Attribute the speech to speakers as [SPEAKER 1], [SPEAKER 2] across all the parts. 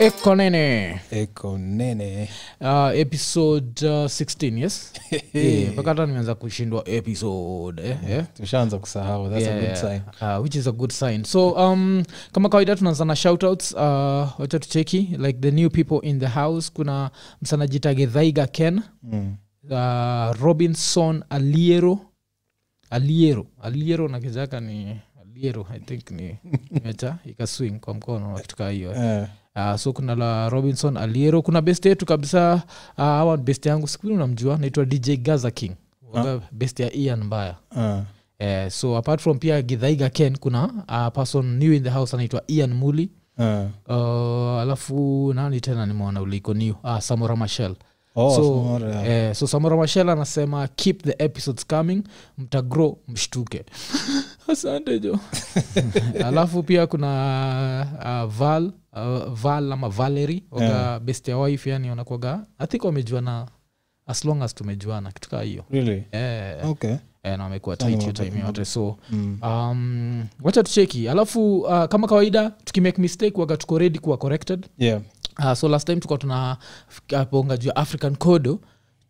[SPEAKER 1] Eko Nene.
[SPEAKER 2] eko nene
[SPEAKER 1] Uh, episode uh, 16 yes Yeah, mpaka hata nimeanza kushindwa episode eh, eh.
[SPEAKER 2] tushaanza kusahau thats a good sign
[SPEAKER 1] Yeah, uh, which is a good sign so um, kama kawaida tunaanza na shoutouts uh, wacha tucheki like the new people in the house kuna msanajitage dhaiga ken
[SPEAKER 2] mm.
[SPEAKER 1] uh, robinson aliero aliero aliero na kizaka ni aliero i think ni mecha ikaswing kwa mkono wakitukaa hiyo
[SPEAKER 2] Eh,
[SPEAKER 1] uh, so kuna la robinson aliero kuna best yetu kabisa uh, awa best yangu sikuini unamjua naitwa dj gaza king Waga best ya ian mbaya
[SPEAKER 2] ah.
[SPEAKER 1] Eh, so apart from pia gidhaiga ken kuna uh, person new in the house anaitwa ian muli
[SPEAKER 2] Ah.
[SPEAKER 1] uh, alafu nani tena nimeona uliko new uh, samora machel
[SPEAKER 2] Oh,
[SPEAKER 1] so,
[SPEAKER 2] Samora.
[SPEAKER 1] eh, so samora machel anasema keep the episodes coming mtagro mshtuke asante jo alafu pia kuna uh, val uh, val ama valery waga yeah. best ya wife yani wanakwaga i think wamejuana as long as tumejuana kitu kaa hiyo
[SPEAKER 2] Really?
[SPEAKER 1] eh,
[SPEAKER 2] Okay.
[SPEAKER 1] eh, na wamekuwa
[SPEAKER 2] Sana
[SPEAKER 1] tight hiyo
[SPEAKER 2] wamekuwa
[SPEAKER 1] time yote so
[SPEAKER 2] Mm.
[SPEAKER 1] um, wacha tucheki alafu uh, kama kawaida tukimake mistake waga tuko ready kuwa corrected
[SPEAKER 2] Yeah.
[SPEAKER 1] uh, so last time tuka tuna uh, ponga juu ya african kodo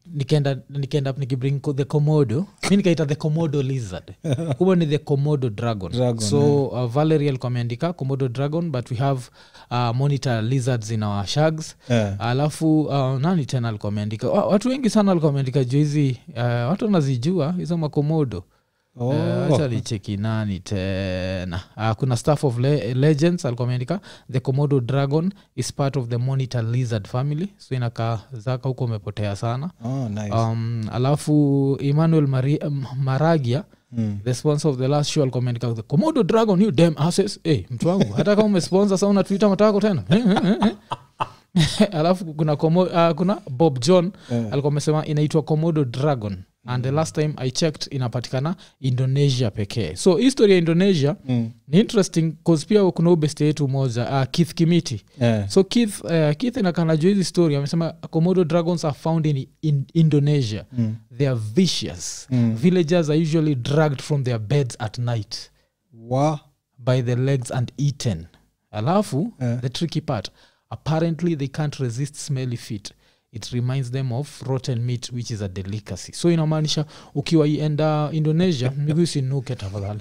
[SPEAKER 1] nikaenda nikaenda nikibring ko- the komodo mi nikaita the komodo lizard kumbe ni the komodo dragon,
[SPEAKER 2] Dragon,
[SPEAKER 1] so uh, valery alikuwa ameandika komodo dragon but we have uh, monitor lizards in our shags
[SPEAKER 2] Eh.
[SPEAKER 1] alafu uh, nani tena alikuwa ameandika Wa- watu wengi sana alikuwa ameandika juu hizi uh, watu wanazijua hizo makomodo
[SPEAKER 2] Oh.
[SPEAKER 1] achalicheki nani tena uh, kuna staff of le- legends alikuwa ameandika the comodo dragon is part of the monitor lizard family so inakaa zaka huko umepotea sana
[SPEAKER 2] Oh, nice.
[SPEAKER 1] um, alafu emmanuel Mari- M- maragia
[SPEAKER 2] Mm.
[SPEAKER 1] the sponsor of the last show alikuwa ameandika the comodo dragon you damn asses hey, mtu wangu hata kama umesponsor sa una twitter matako tena Eh, eh, eh, eh. alafu kuna, komo, uh, kuna bob john
[SPEAKER 2] Eh. Hmm.
[SPEAKER 1] alikuwa amesema inaitwa comodo dragon and the last time i checked inapatikana indonesia pekee so history ya indonesia
[SPEAKER 2] Mm.
[SPEAKER 1] ni interesting cause pia kuna ubeste yetu moja uh, keith kimiti
[SPEAKER 2] Eh.
[SPEAKER 1] so keith, uh, keith inakana juu hizi story amesema comodo dragons are found in, in indonesia
[SPEAKER 2] Mm.
[SPEAKER 1] they are vicious
[SPEAKER 2] Mm.
[SPEAKER 1] villagers are usually dragged from their beds at night
[SPEAKER 2] Wa.
[SPEAKER 1] by the legs and eaten alafu
[SPEAKER 2] Eh.
[SPEAKER 1] the tricky part apparently they can't resist smelly feet it reminds them of rotten meat which is a delicacy so inamaanisha ukiwaienda indonesia miguu isinuke tafadhali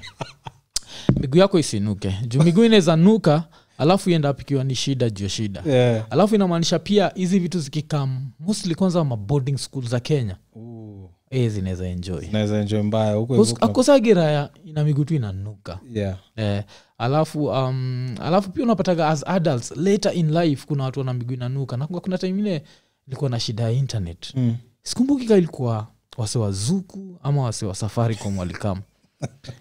[SPEAKER 1] miguu yako isinuke juu miguu inaweza nuka alafu ienda pikiwa ni shida juu ya shida
[SPEAKER 2] Eh.
[SPEAKER 1] alafu inamaanisha pia hizi vitu zikikam mostly kwanza ma boarding school za kenya
[SPEAKER 2] Ooh.
[SPEAKER 1] eh, zinaweza enjoy
[SPEAKER 2] Naweza enjoy mbaya huko hivyo kuna-
[SPEAKER 1] akosagiraya ina miguu tu inanuka
[SPEAKER 2] Yeah.
[SPEAKER 1] eh, alafu um, alafu pia unapataga as adults later in life kuna watu wana miguu inanuka na kuna time ile ilikuwa na shida ya internet
[SPEAKER 2] Mm.
[SPEAKER 1] sikumbuki ka ilikuwa wase wa zuku ama wase wa safaricom walikama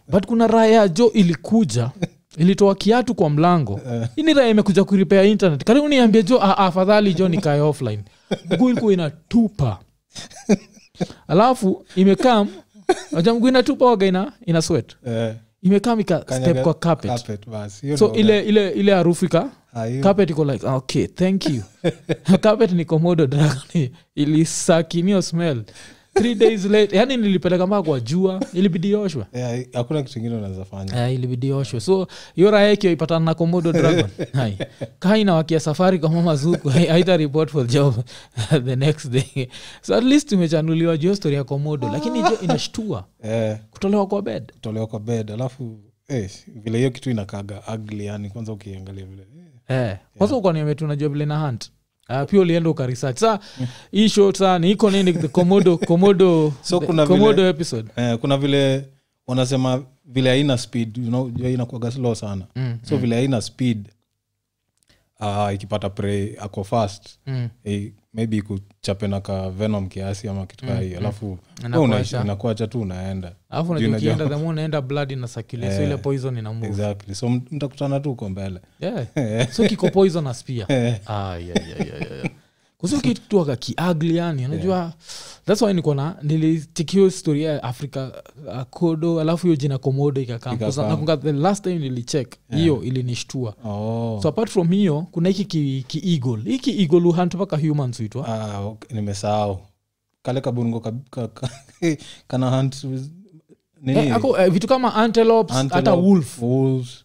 [SPEAKER 1] but kuna raya ya jo ilikuja ilitoa kiatu kwa mlango ini raya imekuja kuripea internet karibu niambie jo "Ah, ah, afadhali jo nikae offline mguu ilikuwa inatupa alafu imekam naja mguu inatupa waga ina, ina sweat
[SPEAKER 2] Eh.
[SPEAKER 1] imekam ika step
[SPEAKER 2] Kanyaga-
[SPEAKER 1] kwa carpet
[SPEAKER 2] carpet, basi. You
[SPEAKER 1] so
[SPEAKER 2] know
[SPEAKER 1] ile ile ile harufu ika
[SPEAKER 2] that. Ah, you-
[SPEAKER 1] carpet iko like okay thank you carpet ni komodo dragon ilisakinio smell three days late yani nilipeleka mpaka kwa jua ilibidi oshwe
[SPEAKER 2] Yeah, hakuna kitu ingine unaweza fanya
[SPEAKER 1] Eh, ilibidi oshwe so hiyo raha yake ipatana na komodo dragon Hai. Kaa inawakia safari kama mazuku hai- haita report for job the next day so at least tumechanuliwa juu ya story ya komodo lakini jo inashtua
[SPEAKER 2] Eh,
[SPEAKER 1] kutolewa kwa bed
[SPEAKER 2] kutolewa kwa bed alafu eh, vile hiyo kitu inakaga ugly yani kwanza ukiangalia vile eh.
[SPEAKER 1] Eh, kwanza yeah. ukaniametunajua vile na hunt Uh, pia ulienda ukaresearch saa hii show saa ni iko nini the komodo komodo
[SPEAKER 2] So
[SPEAKER 1] the
[SPEAKER 2] kuna vile-
[SPEAKER 1] komodo episode
[SPEAKER 2] eh, kuna vile wanasema vile haina speed unajua inakuaga slow sana
[SPEAKER 1] Mm,
[SPEAKER 2] so vile haina speed uh, ikipata prey ako fast
[SPEAKER 1] mm.
[SPEAKER 2] eh, maybe ikuchape na ka venom kiasi ama
[SPEAKER 1] Mm,
[SPEAKER 2] kitu kaa hiyo alafu
[SPEAKER 1] Inakuacha.
[SPEAKER 2] inakuacha tu unaenda
[SPEAKER 1] alafu unajua
[SPEAKER 2] Juu unajua- Eh.
[SPEAKER 1] ukienda the more unaenda blood inasakile so ile poison ina move
[SPEAKER 2] exactly Eh. so mt- mtakutana tu uko mbele
[SPEAKER 1] yeah. so kiko poison as pia
[SPEAKER 2] Eh.
[SPEAKER 1] ah, yeah, yeah, yeah, yeah, yeah. kusu kitu kakiagli yani unajua thats why niko na nilitikio storia ya africa uh, kodo alafu hiyo jina komodo
[SPEAKER 2] Ikakam.
[SPEAKER 1] ikakam the last time nilicheck hiyo ilinishtua
[SPEAKER 2] oh.
[SPEAKER 1] so apart from hiyo kuna hiki ki- kiigl ki hiki igl hunt mpaka humans huitwa
[SPEAKER 2] ah, okay, nimesahau kale kabungo ka, ka, ka, kana hunt with- nini
[SPEAKER 1] eh, ako, eh, vitu kama antelopes
[SPEAKER 2] Antelope,
[SPEAKER 1] hata wolf
[SPEAKER 2] wolves,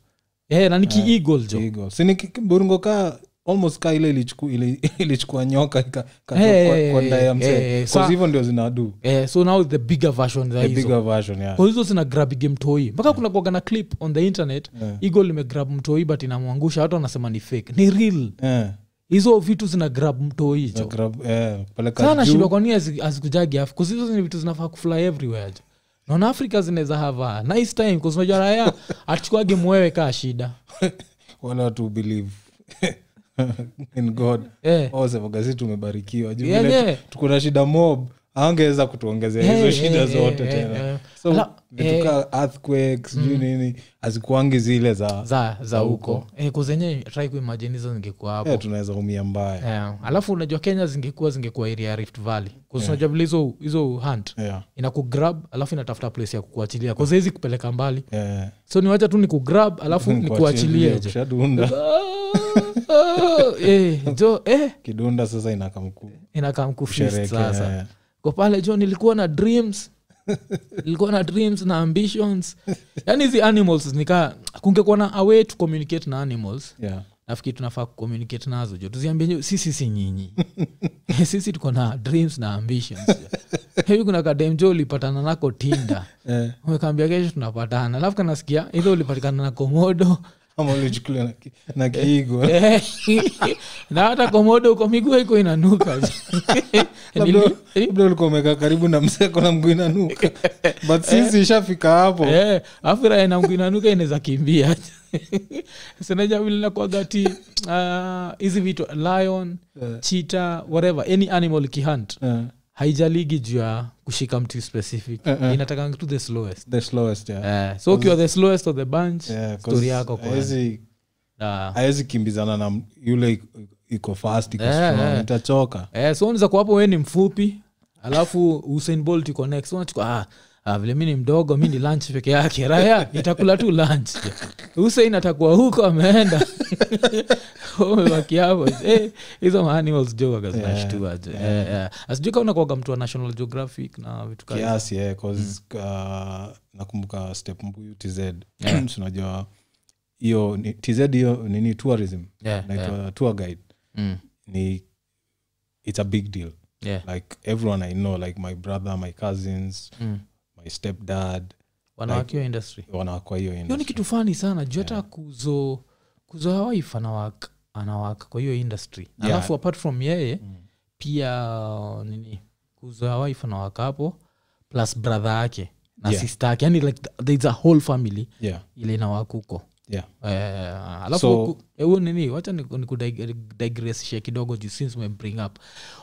[SPEAKER 1] eh, na ni kiigl jo
[SPEAKER 2] eagle. Si ni ki- burungo ka almost ka ile ilichuku- ili- ilichukua nyoka ika- ika-
[SPEAKER 1] Hey,
[SPEAKER 2] kwa-
[SPEAKER 1] hey,
[SPEAKER 2] kwa ndaya ya
[SPEAKER 1] hey,
[SPEAKER 2] mzee.
[SPEAKER 1] hey,
[SPEAKER 2] Cause
[SPEAKER 1] sa-
[SPEAKER 2] hivyo ndio zinadu
[SPEAKER 1] eh, so now the bigger version za
[SPEAKER 2] the
[SPEAKER 1] hizo
[SPEAKER 2] bigger version yeah.
[SPEAKER 1] Kwa hizo zina grab gemtoi mpaka kuna kuaga na clip on the internet
[SPEAKER 2] Yeah.
[SPEAKER 1] eagle imegrab mtoi but inamwangusha watu wanasema ni fake ni real
[SPEAKER 2] Eh,
[SPEAKER 1] hizo vitu zina grab mtoi
[SPEAKER 2] the
[SPEAKER 1] jo
[SPEAKER 2] grab- eh, peleka
[SPEAKER 1] sana
[SPEAKER 2] juu.
[SPEAKER 1] nashindwa kwa nini hazi- hazikujagi afrika Kwa hizo ni vitu zinafaa kufly everywhere jo naona afrika zinaweza have a nice time kwa unajua raya achukuage mwewe kaa shida
[SPEAKER 2] wala watu believe in god Oh,
[SPEAKER 1] Eh.
[SPEAKER 2] Wao wasemaga si tumebarikiwa juu
[SPEAKER 1] Yeah,
[SPEAKER 2] vile tu-
[SPEAKER 1] yeah.
[SPEAKER 2] tuko na shida mob awangeweza kutuongezea hizo
[SPEAKER 1] Hey,
[SPEAKER 2] shida
[SPEAKER 1] hey,
[SPEAKER 2] zote
[SPEAKER 1] hey,
[SPEAKER 2] tena
[SPEAKER 1] hey, hey.
[SPEAKER 2] so
[SPEAKER 1] Ala- Mm.
[SPEAKER 2] vitu ka earthquake sijui nini hazikuangi zile za
[SPEAKER 1] za za huko e, kuzenye trai kuimajini hizo zingekuwa hapo
[SPEAKER 2] Eh, tunaweza umia mbaya
[SPEAKER 1] Eh, alafu unajua kenya zingekuwa zingekuwa area ya rift valley kusinajua vile hizo hizo hunt
[SPEAKER 2] Yeah,
[SPEAKER 1] inakugrab alafu inatafuta place ya kukuachilia kuzawezi kupeleka mbali
[SPEAKER 2] yeah.
[SPEAKER 1] so niwacha tu nikugrab alafu nikuachilie je.
[SPEAKER 2] Ukishadunda,
[SPEAKER 1] Ah, ah, eh, jo eh,
[SPEAKER 2] kidunda sasa inakamkuu
[SPEAKER 1] inakaa mkufist sasa
[SPEAKER 2] sherekea
[SPEAKER 1] kwa pale jo nilikuwa na dreams nilikuwa na dreams na ambitions yaani hizi animals nikaa kungekuwa na a way to communicate na animals nafikiri tunafaa kucommunicate nazo jo tuziambie nyewe, si sisi nyinyi sisi tuko na dreams na ambitions jo. hivi kuna kadem jo ulipatana nako tinda
[SPEAKER 2] Eh,
[SPEAKER 1] umekaambia kesho tunapatana alafu kanasikia hivyo ulipatikana na komodo
[SPEAKER 2] ama ulichukuliwa na ki- na kiigo
[SPEAKER 1] Eh, na hata komodo uko miguu iko inanuka
[SPEAKER 2] labda
[SPEAKER 1] Nili-
[SPEAKER 2] labda ulikuwa umekaa karibu na mseko na mguu inanuka but sisi ishafika hapo
[SPEAKER 1] Eh, afu raha na mguu inanuka inaweza kimbia sinaja vile nakuwaga ti ah, hizi vitu lion
[SPEAKER 2] Eh.
[SPEAKER 1] cheetah whatever any animal kihunt
[SPEAKER 2] Eh,
[SPEAKER 1] haijaligi juu ya kushika mtu specific
[SPEAKER 2] Eh, eh.
[SPEAKER 1] inatakanga tu the slowest
[SPEAKER 2] the slowest yeah.
[SPEAKER 1] Eh, so ukiwa the slowest of the bunch
[SPEAKER 2] Yeah, 'cause
[SPEAKER 1] story yako kwa
[SPEAKER 2] haezi-
[SPEAKER 1] Da.
[SPEAKER 2] haezi kimbizana na m- yule iko- iko fast iko
[SPEAKER 1] Eh,
[SPEAKER 2] strong
[SPEAKER 1] eh.
[SPEAKER 2] itachoka
[SPEAKER 1] eh, so unaweza kuwapo we ni mfupi alafu usain bolt iko next So unachukua ah, ah, vile mi ni mdogo mi ni lunch peke yake raya itakula tu lunch usain atakuwa huko ameenda umebaki hapo Eh, hizo maanimals jogaga zinashtua jo Eh, eh. asijui kama unakuwaga mtu wa national geographic na vitu kama
[SPEAKER 2] kiasi yeah, 'cause,
[SPEAKER 1] Mm.
[SPEAKER 2] uh, nakumbuka step mbuyu tz sinajua hiyo ni- tz hiyo nini tourism
[SPEAKER 1] Yeah,
[SPEAKER 2] naitwa tour guide
[SPEAKER 1] Mm,
[SPEAKER 2] ni it's a big deal
[SPEAKER 1] yeah.
[SPEAKER 2] like everyone i know like my brother my cousins
[SPEAKER 1] Mm.
[SPEAKER 2] my stepdad
[SPEAKER 1] wanawake wa industry
[SPEAKER 2] wanakwa hiyo
[SPEAKER 1] hiyo ni
[SPEAKER 2] industry.
[SPEAKER 1] kitu fani sana juu hata kuzo kuzo hawaif anawak anawak kwa hiyo industry
[SPEAKER 2] Yeah.
[SPEAKER 1] alafu apart from yeye
[SPEAKER 2] Mm.
[SPEAKER 1] pia nini kuzo hawaif anawak hapo plus brother yake na
[SPEAKER 2] Yeah.
[SPEAKER 1] sister yake yani like there's a whole family
[SPEAKER 2] yeah
[SPEAKER 1] ile inawakuko
[SPEAKER 2] yeah
[SPEAKER 1] Eh, alafu
[SPEAKER 2] So-
[SPEAKER 1] huku- eh, huo nini wacha nikudigressishia kidogo juu since ume bring up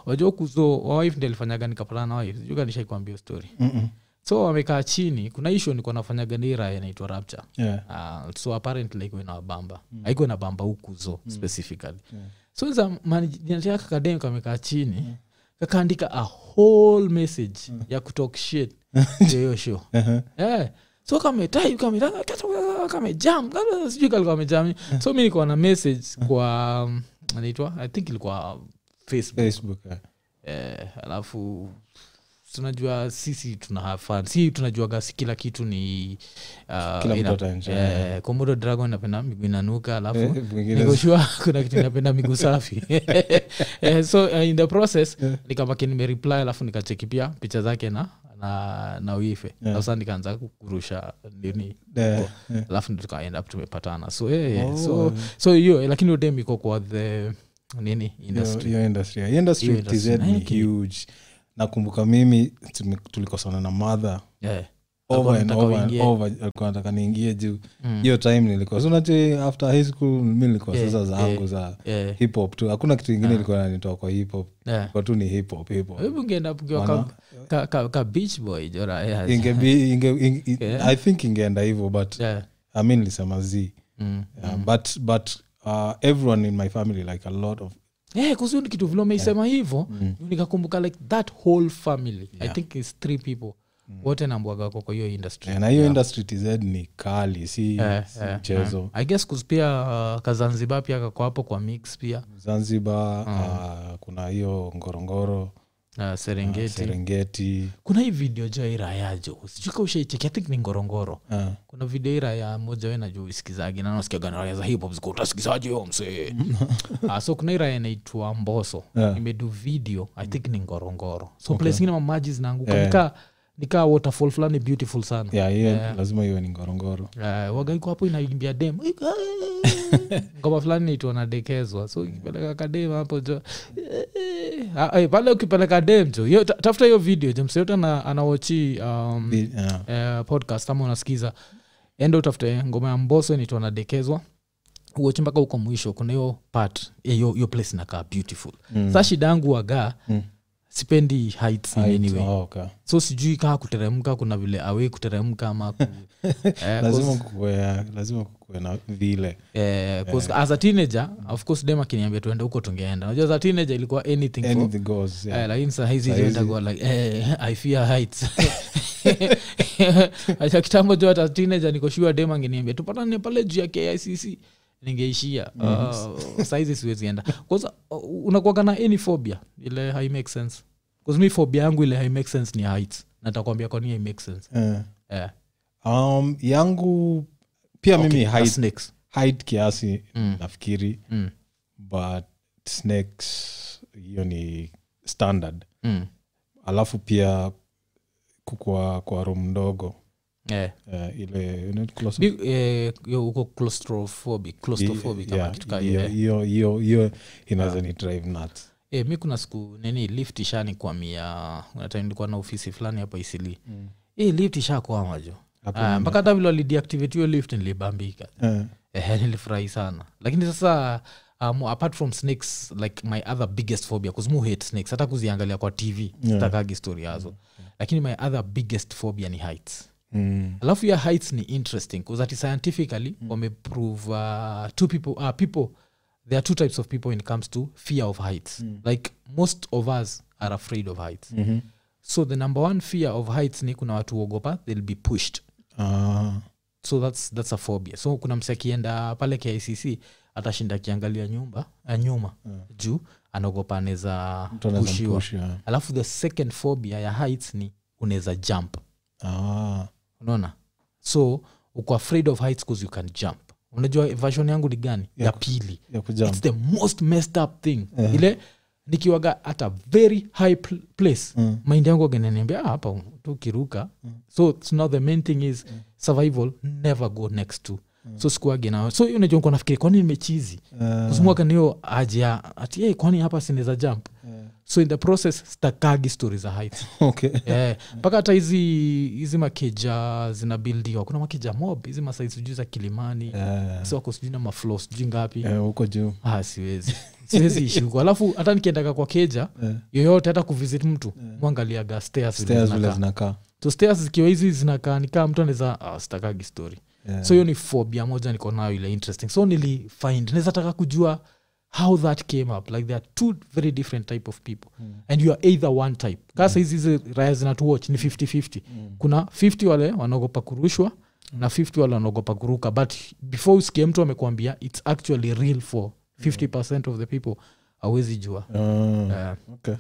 [SPEAKER 1] wajua kuzo wawif ndi alifanyaga nikapatana na wife sijui kama nishaikuambia hiyo story
[SPEAKER 2] Mm-mm.
[SPEAKER 1] so wamekaa chini kuna ishu nikuwa nafanyaga nira inaitwa rapture
[SPEAKER 2] yeah
[SPEAKER 1] uh, so apparently iko inawabamba mm. aiko inabamba huku zo mm. specifically yeah. so za manatia kakademi kamekaa chini mm. kakaandika a whole message mm. ya kutalk shit to hiyo show
[SPEAKER 2] Uh-huh.
[SPEAKER 1] Eh, so kametai kametanga, kamejam kama- sijui kalikuwa amejam so mi nilikuwa na message kwa um, anaitwa i think ilikuwa facebook
[SPEAKER 2] facebook yeah.
[SPEAKER 1] eh, alafu tunajua sisi tuna have fun si tunajuaga si kila kitu ni uh,
[SPEAKER 2] Kila mtu
[SPEAKER 1] ina-
[SPEAKER 2] ataenjoy,
[SPEAKER 1] eh, Komodo dragon napenda miguu inanuka alafu
[SPEAKER 2] Eh, mwingine-
[SPEAKER 1] nikoshua kuna kitu napenda miguu safi eh, so uh, in the process
[SPEAKER 2] Eh.
[SPEAKER 1] nikabaki nimereply alafu nikacheki pia picha zake na na na uife
[SPEAKER 2] Yeah.
[SPEAKER 1] sasa nikaanza kurusha nini oh,
[SPEAKER 2] Yeah, yeah.
[SPEAKER 1] alafu ndo tukaenda up tumepatana so eh,
[SPEAKER 2] Eh. Oh.
[SPEAKER 1] so so hiyo eh, lakini udem iko kwa the nini
[SPEAKER 2] Yo-
[SPEAKER 1] industry
[SPEAKER 2] yo industry Yo industry
[SPEAKER 1] Yo
[SPEAKER 2] tz
[SPEAKER 1] industry.
[SPEAKER 2] ni
[SPEAKER 1] Okay.
[SPEAKER 2] huge nakumbuka mimi tume- tulikosana na mother
[SPEAKER 1] yeah. Alikuwa
[SPEAKER 2] over and
[SPEAKER 1] anataka
[SPEAKER 2] over and
[SPEAKER 1] uingie.
[SPEAKER 2] over alikuwa nataka niingie juu
[SPEAKER 1] Mm.
[SPEAKER 2] hiyo time nilikuwa sunache after high school mi nilikuwa
[SPEAKER 1] Yeah, Ah.
[SPEAKER 2] sasa zangu za
[SPEAKER 1] Yeah,
[SPEAKER 2] hip hop tu hakuna kitu ingine ilikuwa nanitoa kwa hip hop
[SPEAKER 1] yeah.
[SPEAKER 2] kwa tu ni hip hop hip hop
[SPEAKER 1] hebu ungeenda kukiwa ka,
[SPEAKER 2] Wana-
[SPEAKER 1] ka, ka, ka beach boy jora yeah.
[SPEAKER 2] ingebi inge, inge,
[SPEAKER 1] Yeah.
[SPEAKER 2] i think ingeenda hivyo but
[SPEAKER 1] Yeah.
[SPEAKER 2] i mean nilisema z
[SPEAKER 1] Mm.
[SPEAKER 2] yeah, but but uh, everyone in my family like a lot of
[SPEAKER 1] Eh, kuhusu ni kitu vile umeisema hivo nikakumbuka like that whole family i think is three people wote nambwaga wako kwa hiyo industry
[SPEAKER 2] na hiyo industry tz ni kali si
[SPEAKER 1] Eh,
[SPEAKER 2] si
[SPEAKER 1] eh,
[SPEAKER 2] mchezo
[SPEAKER 1] mm. i guess kus pia uh, kazanzibar pia kako hapo kwa mix pia
[SPEAKER 2] zanzibar uh, kuna hiyo uh, ngorongoro
[SPEAKER 1] uh, serengeti
[SPEAKER 2] serengeti
[SPEAKER 1] kuna hii video jo irayajo sijuka ushaicheki I think ni ngorongoro
[SPEAKER 2] Ah.
[SPEAKER 1] kuna video ira ya moja we najua usikizagi nanasikiaganaraya za hip hop ziko utasikizaji yo msee Ah, so kuna iraya inaitwa mboso
[SPEAKER 2] Yeah.
[SPEAKER 1] imedu video i think ni ngorongoro so place ingine mamaji zinaanguka nika nika waterfall fulani beautiful sana
[SPEAKER 2] yeah, hiyo lazima iwe ni ngorongoro
[SPEAKER 1] Eh, waga iko hapo inaimbia dem ngoma fulani naitwa nadekezwa so ukipeleka kadem hapo jo Ah, eh, pale ukipeleka dem jo hiyo- ta- tafuta hiyo video jo mseyote anawachi um,
[SPEAKER 2] Bi- ah.
[SPEAKER 1] eh, podcast ama unasikiza enda utafute ngoma ya mboso inaitwa nadekezwa uoche mpaka huko mwisho kuna hiyo part eh, hiyo hiyo place inakaa beautiful mm. sa shida yangu waga mm. sipendi heights ah. in any way
[SPEAKER 2] Oh, okay.
[SPEAKER 1] so sijui kaa kuteremka kuna vile awei kuteremka ama ku, eh,
[SPEAKER 2] lazima kukuwe lazima kukuwe na vile
[SPEAKER 1] Eh, 'cause as a teenager of course dem akiniambia tuende huko tungeenda najua as a teenager ilikuwa anything for-
[SPEAKER 2] anything goes yeah.
[SPEAKER 1] Eh, lakini sahizi itakuwa like eh, i fear heights acha kitambo jo hata teenager niko sure dem angeniambia tupatane pale juu ya kicc ningeishia
[SPEAKER 2] Mm-hmm.
[SPEAKER 1] uh, saizi siwezi enda kwanza uh, unakuwaga na any phobia ile hai make sense kause mi phobia yangu ile hai make sense ni heights natakwambia kwani hai make sense
[SPEAKER 2] Eh.
[SPEAKER 1] eh,
[SPEAKER 2] um, yangu pia mimi
[SPEAKER 1] na
[SPEAKER 2] height,
[SPEAKER 1] snakes
[SPEAKER 2] height kiasi nafikiri
[SPEAKER 1] Mm.
[SPEAKER 2] but snakes hiyo ni standard
[SPEAKER 1] mm.
[SPEAKER 2] alafu pia kukwa kwa room ndogo
[SPEAKER 1] eh.
[SPEAKER 2] eh, ile inaitwa
[SPEAKER 1] Bi- eh, yo, uko claustrophobic claustrophobic ama
[SPEAKER 2] Yeah,
[SPEAKER 1] kitu ka hiyo,
[SPEAKER 2] hiyo-
[SPEAKER 1] eh.
[SPEAKER 2] hiyo- hiyo hiyo inaweza ni drive nuts
[SPEAKER 1] Eh, mi kuna siku nini lift ishanikwamia nilikuwa na ofisi fulani hapa isili mm. lift ishakwama jo
[SPEAKER 2] Hapo
[SPEAKER 1] Ah, mpaka hata vile walideactivate hiyo lift nilibambika
[SPEAKER 2] Eh,
[SPEAKER 1] Ehe, nilifurahi sana lakini sasa um, apart from snakes like my other biggest phobia kuzimu hate snakes hata kuziangalia kwa tv sitakagi story yazo lakini my other biggest phobia ni heights
[SPEAKER 2] mm,
[SPEAKER 1] alafu ya heights ni interesting bcause ati scientifically mm. wameprove uh, two people uh, people there are two types of people when it comes to fear of heights mm. like most of us are afraid of heights
[SPEAKER 2] mhm.
[SPEAKER 1] so the number one fear of heights ni kuna watu uogopa they'll be pushed
[SPEAKER 2] Ah,
[SPEAKER 1] so that's, that's a phobia so kuna msi akienda pale kicc atashinda akiangalia nyumba uh, nyuma juu anaogopa anaweza
[SPEAKER 2] Mm. mtu anaweza eh.
[SPEAKER 1] pushiwa
[SPEAKER 2] mpush, yeah.
[SPEAKER 1] alafu the second phobia ya heights ni unaweza jump
[SPEAKER 2] Ah,
[SPEAKER 1] unaona so uko afraid of heights cause you can jump unajua version yangu ni gani ya pili
[SPEAKER 2] ya kujump.
[SPEAKER 1] its the most messed up thing ile nikiwaga at a very high pl- place
[SPEAKER 2] Mm.
[SPEAKER 1] mind yangu agananiambia ah, hapa tukiruka so, so now the main thing is survival never go next to so sikuage nao so unajua kuwa nafikiri kwani nimechizi
[SPEAKER 2] Eh,
[SPEAKER 1] kusimuakaniyo ajia ati hey, kwani hapa sinaweza jump so in the process stakagi stori za heights
[SPEAKER 2] eh. okay.
[SPEAKER 1] Eh, mpaka hata hizi hizi makeja zinabildiwa kuna makeja mob hizi masai sijui za kilimani
[SPEAKER 2] Eh,
[SPEAKER 1] si wako sijui na maflo sijui ngapi
[SPEAKER 2] eh, huko juu
[SPEAKER 1] ah, siwezi siwezi ishi huko alafu hata nikiendaga kwa keja
[SPEAKER 2] Eh,
[SPEAKER 1] yoyote hata kuvisit mtu mwangaliaga stairs vile
[SPEAKER 2] stairs vile
[SPEAKER 1] zinakaa.
[SPEAKER 2] zinakaa
[SPEAKER 1] so stairs zikiwa hizi zinakaa nikaa mtu anaweza ah, sitakagi story
[SPEAKER 2] Eh,
[SPEAKER 1] so hiyo ni phobia moja niko nayo ile interesting so nilifind naweza taka kujua how that came up like there are two very different type of people mm. and you are either one type kaa sahizi hizi raya zinatuwatch ni 5050 mm. kuna 50 wale wanaogopa kurushwa na 50 wale wanaogopa kuruka but before usikie mtu amekuambia its actually real for 50 of the people awezi jua
[SPEAKER 2] ah,
[SPEAKER 1] Eh,
[SPEAKER 2] okay.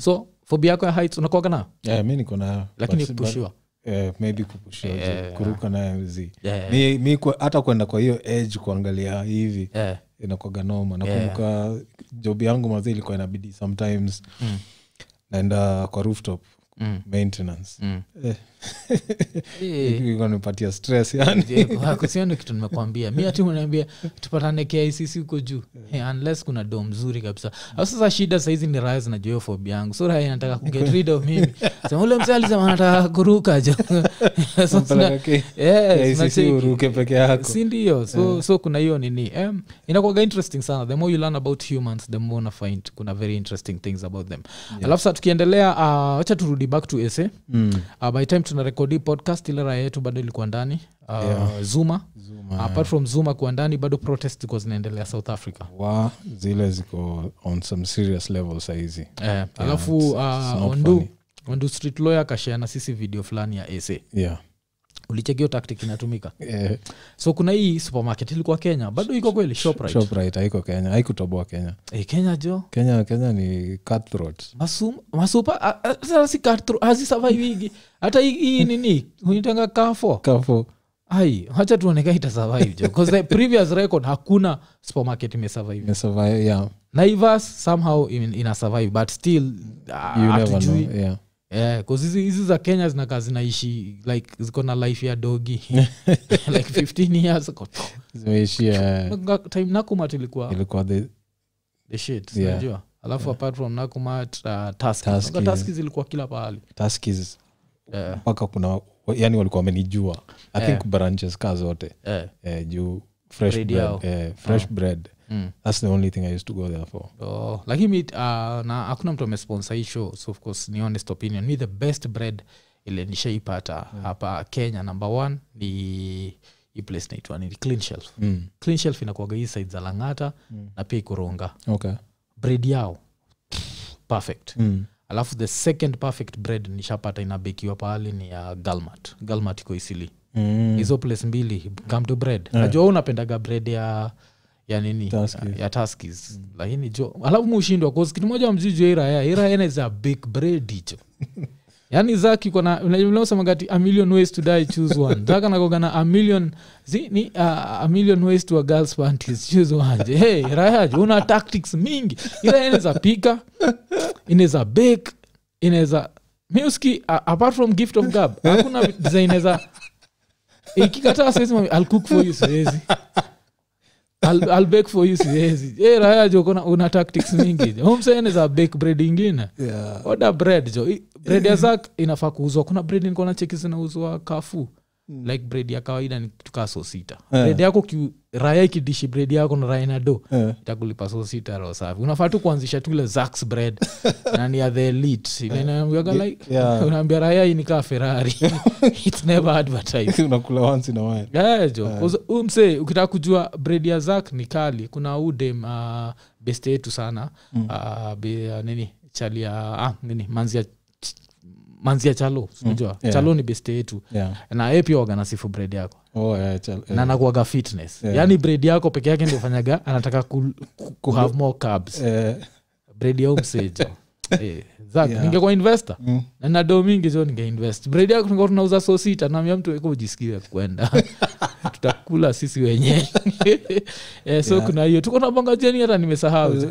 [SPEAKER 1] so phobia yako ya heights unakuaga nayo
[SPEAKER 2] Eh, mi niko nayo
[SPEAKER 1] lakini
[SPEAKER 2] But- but-
[SPEAKER 1] kupushiwa
[SPEAKER 2] eh, maybe kupushiwa juu.
[SPEAKER 1] Eh,
[SPEAKER 2] kuruka nayo zi
[SPEAKER 1] Yeah.
[SPEAKER 2] mi, mi kwa- hata kwenda kwa hiyo edge kuangalia hivi
[SPEAKER 1] yeah.
[SPEAKER 2] inakwaga noma nakumbuka job yangu mazee ilikuwa inabidi sometimes
[SPEAKER 1] Mm.
[SPEAKER 2] naenda kwa rooftop
[SPEAKER 1] mm.
[SPEAKER 2] maintenance
[SPEAKER 1] Mm.
[SPEAKER 2] Eh.
[SPEAKER 1] Eh.
[SPEAKER 2] ilikuwa nipatia stress yani
[SPEAKER 1] kusiano kitu nimekwambia mi hati unaambia tupatane kicc huko juu hey, unless kuna do mzuri kabisa au sasa shida sahizi ni raya zinajua hiyo fobia yangu so raya inataka kuget rid of mimi sema ule mzee alisema anataka kuruka jo So tuna-
[SPEAKER 2] Mpeleka
[SPEAKER 1] Yes,
[SPEAKER 2] KICC
[SPEAKER 1] tunacheki.
[SPEAKER 2] uruke peke yako
[SPEAKER 1] si ndio so, so kuna hiyo nini um, inakuaga interesting sana the more you learn about humans the more una find kuna very interesting things about them alafu sa tukiendelea uh, wacha turudi back to ese
[SPEAKER 2] Mm.
[SPEAKER 1] uh, by time tunarekodi podcast ile raya yetu bado ilikuwa ndani uh, zuma Ah,
[SPEAKER 2] Zuma.
[SPEAKER 1] apart from zuma kuwa ndani bado protest zilikuwa zinaendelea south africa
[SPEAKER 2] wa zile ziko on some serious level sahizi
[SPEAKER 1] eh, alafu
[SPEAKER 2] it's- it's
[SPEAKER 1] uh,
[SPEAKER 2] not
[SPEAKER 1] ondu
[SPEAKER 2] funny.
[SPEAKER 1] ondu street lawyer akashare na sisi video fulani ya ese
[SPEAKER 2] yeah
[SPEAKER 1] ulichekio tactic inatumika
[SPEAKER 2] Eh,
[SPEAKER 1] so kuna hii supermarket ilikuwa kenya bado iko kweli shoprite
[SPEAKER 2] shoprite haiko kenya haikutoboa kenya
[SPEAKER 1] Eh, kenya jo
[SPEAKER 2] kenya kenya ni cutthroat
[SPEAKER 1] Masum- masupa a- a- sasa si cutthroat, hazisavaivingi hata hii- hii nini unitenga kafo
[SPEAKER 2] Carrefour.
[SPEAKER 1] ai hacha tuoneka itasurvive jo 'Cause the previous record hakuna supermarket imesurvive
[SPEAKER 2] Imesurvive, yeah.
[SPEAKER 1] naivas somehow in- ina survive but still ah,
[SPEAKER 2] You never know,
[SPEAKER 1] hatujui
[SPEAKER 2] yeah.
[SPEAKER 1] Yeah, 'cause hizi hizi za kenya zinakaa zinaishi like ziko na life ya dogi like 15 years ago.
[SPEAKER 2] zimeishia
[SPEAKER 1] Nga- time nakumat ilikuwa
[SPEAKER 2] ilikuwa the
[SPEAKER 1] the shit
[SPEAKER 2] Yeah.
[SPEAKER 1] unajua alafu apart from nakumat uh,
[SPEAKER 2] Tuskys,
[SPEAKER 1] taski
[SPEAKER 2] yeah.
[SPEAKER 1] taski zilikuwa kila pahali
[SPEAKER 2] taskis
[SPEAKER 1] yeah.
[SPEAKER 2] mpaka kuna yani walikuwa wamenijua i think
[SPEAKER 1] Yeah.
[SPEAKER 2] branches ka zote
[SPEAKER 1] Yeah.
[SPEAKER 2] eh, juu fresh
[SPEAKER 1] Bread
[SPEAKER 2] bread,
[SPEAKER 1] yao.
[SPEAKER 2] eh, fresh bread
[SPEAKER 1] Mm.
[SPEAKER 2] that's the only thing i used to go there for
[SPEAKER 1] Oh, lakini mi, uh, na hakuna mtu amesponsa hii show so of course ni honest opinion mi the best bread ile nishaipata hapa kenya number one ni hii place naitwa ni clean shelf
[SPEAKER 2] mm.
[SPEAKER 1] clean shelf inakuaga hii side za langata mm. na pia ikurunga
[SPEAKER 2] okay
[SPEAKER 1] bread yao pff, perfect
[SPEAKER 2] mm.
[SPEAKER 1] alafu the second perfect bread nishapata inabekiwa pahali ni ya galmat galmat iko isili
[SPEAKER 2] Mm. Eh.
[SPEAKER 1] hizo place mbili gamdo bread najua wewe unapendaga bread ya ya nini
[SPEAKER 2] Tuskys.
[SPEAKER 1] ya taskis lakini jo alafu mushindwa kause kitu moja mjijua iraya iraya is a big bread hicho yaani zaki kona unasemagati a million ways to die choose one zaka nakogana a million zi, ni, uh, a million ways to a girls panties choose one hey, irayaje una tactics mingi iraya inaweza pika inaweza bake inaweza miuski apart from gift of gab hakuna design inaweza ikikataa siwezi mami, I'll cook for you siwezi I'll, I'll bake for you siwezi hey, raya jo kuna, una tactics mingi homsene za bake bread ingine
[SPEAKER 2] Yeah.
[SPEAKER 1] oda bread jo I- bread ya zak inafaa kuuzwa kuna bread nilikuwa na cheki zinauzwa kafu like bread ya kawaida ni tukaa sosita
[SPEAKER 2] Eh.
[SPEAKER 1] bread yako ki, raya ikidishi bread yako na raya na do
[SPEAKER 2] Eh.
[SPEAKER 1] itakulipa sosita ro safi unafaa tu kuanzisha tu ile zax bread nani ya the elit ile inaambiwaga like
[SPEAKER 2] Yeah.
[SPEAKER 1] unaambia raya hii nikaa ferrari its never advertised
[SPEAKER 2] unakula once in a while
[SPEAKER 1] umse ukitaka kujua bred ya zak ni kali kuna udem uh, best yetu sana mm. uh, be, uh, nini chalia ah, nini manzia manzia chalo unajua
[SPEAKER 2] Mm. yeah.
[SPEAKER 1] chalo ni best yetu
[SPEAKER 2] yeah.
[SPEAKER 1] na ye pia waganasifu bred yako
[SPEAKER 2] oh, yeah, chal, eh.
[SPEAKER 1] na nakuaga fitness
[SPEAKER 2] Yeah.
[SPEAKER 1] yaani bred yako peke yake ndio fanyaga anataka ku, ku, ku have more carbs
[SPEAKER 2] Eh,
[SPEAKER 1] bred ya umsejo Eh, Zack,
[SPEAKER 2] Yeah.
[SPEAKER 1] ningekuwa investor
[SPEAKER 2] mm.
[SPEAKER 1] Na na do mingi zo ningeinvest bred yako tunakuwa tunauza so sita naambia mtu eko ujisikie kwenda tutakula sisi wenyewe eh, so
[SPEAKER 2] Yeah.
[SPEAKER 1] kuna hiyo tuko nabonga jeni hata nimesahau
[SPEAKER 2] Eh,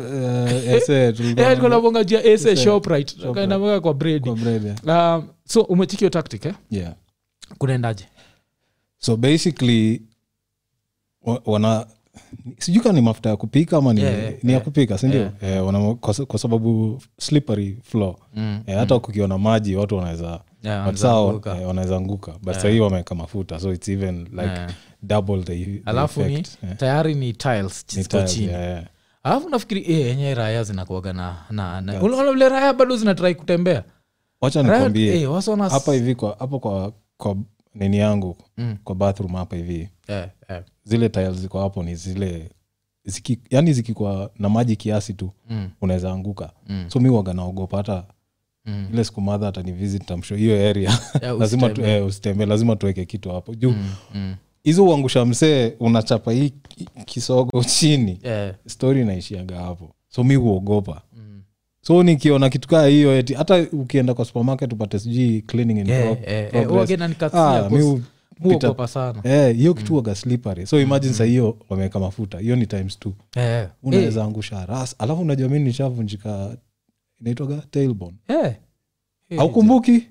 [SPEAKER 2] eh, ese, tulikuwa
[SPEAKER 1] Eh, tuko
[SPEAKER 2] na-
[SPEAKER 1] nabonga jia ese
[SPEAKER 2] Ese,
[SPEAKER 1] shoprite
[SPEAKER 2] Shoprite.
[SPEAKER 1] tukaenda mpaka kwa bredi
[SPEAKER 2] kwa bread, yeah.
[SPEAKER 1] um, so umechikio tactic eh?
[SPEAKER 2] Yeah.
[SPEAKER 1] kunaendaje
[SPEAKER 2] so basically wa- wana sijui kama ni mafuta ya kupika ama ni,
[SPEAKER 1] Yeah, yeah,
[SPEAKER 2] ni ya
[SPEAKER 1] yeah.
[SPEAKER 2] kupika sindio
[SPEAKER 1] Yeah.
[SPEAKER 2] eh, wana, kwa, sa- kwa sababu slippery floor
[SPEAKER 1] Mm,
[SPEAKER 2] eh, hata kukiona maji watu wanaweza
[SPEAKER 1] Yeah,
[SPEAKER 2] but saa wa-
[SPEAKER 1] anguka.
[SPEAKER 2] eh, wanaweza anguka but sahii wameweka mafuta so its even like
[SPEAKER 1] Yeah.
[SPEAKER 2] double the, the
[SPEAKER 1] Eh. alafu ni
[SPEAKER 2] effect. Eh,
[SPEAKER 1] tayari ni tiles
[SPEAKER 2] ni
[SPEAKER 1] ziko
[SPEAKER 2] tiles,
[SPEAKER 1] chini
[SPEAKER 2] yeah, yeah.
[SPEAKER 1] alafu nafikiri eh, enye raya zinakuaga na, na, na unaona vile raya bado zinatrai kutembea
[SPEAKER 2] wacha
[SPEAKER 1] Raya-
[SPEAKER 2] nikwambie
[SPEAKER 1] eh, wasona
[SPEAKER 2] hapa hivi kwa hapo kwa, kwa nini yangu
[SPEAKER 1] Mm.
[SPEAKER 2] kwa bathroom hapa hivi
[SPEAKER 1] eh, eh.
[SPEAKER 2] zile tiles ziko hapo ni zile ziki, yani zikikuwa na maji kiasi tu
[SPEAKER 1] Mm,
[SPEAKER 2] unaweza anguka
[SPEAKER 1] mm,
[SPEAKER 2] so mi waga naogopa hata
[SPEAKER 1] mm.
[SPEAKER 2] ile siku madha hata ni visit tamsho hiyo area lazima tu, eh, usitembee lazima tuweke kitu hapo juu
[SPEAKER 1] Mm,
[SPEAKER 2] hizo uangusha msee unachapa hii ki- kisogo chini
[SPEAKER 1] eh,
[SPEAKER 2] stori inaishiaga hapo so mi huogopa
[SPEAKER 1] Mm.
[SPEAKER 2] so nikiona kitu kaa hiyo eti hata ukienda kwa supermarket upate sijui cleaning
[SPEAKER 1] Eh,
[SPEAKER 2] in pro- progress. Ah, mi hu- pita-
[SPEAKER 1] uagenanikaogopa sana
[SPEAKER 2] eh, hiyo
[SPEAKER 1] Mm.
[SPEAKER 2] kitu waga slippery so imagine saa hiyo wameweka mafuta hiyo ni times two
[SPEAKER 1] Eh,
[SPEAKER 2] unaweza angusha ras alafu unajua mi nishavunjika inaitwaga tailbone
[SPEAKER 1] eh, eh. Eh,
[SPEAKER 2] haukumbuki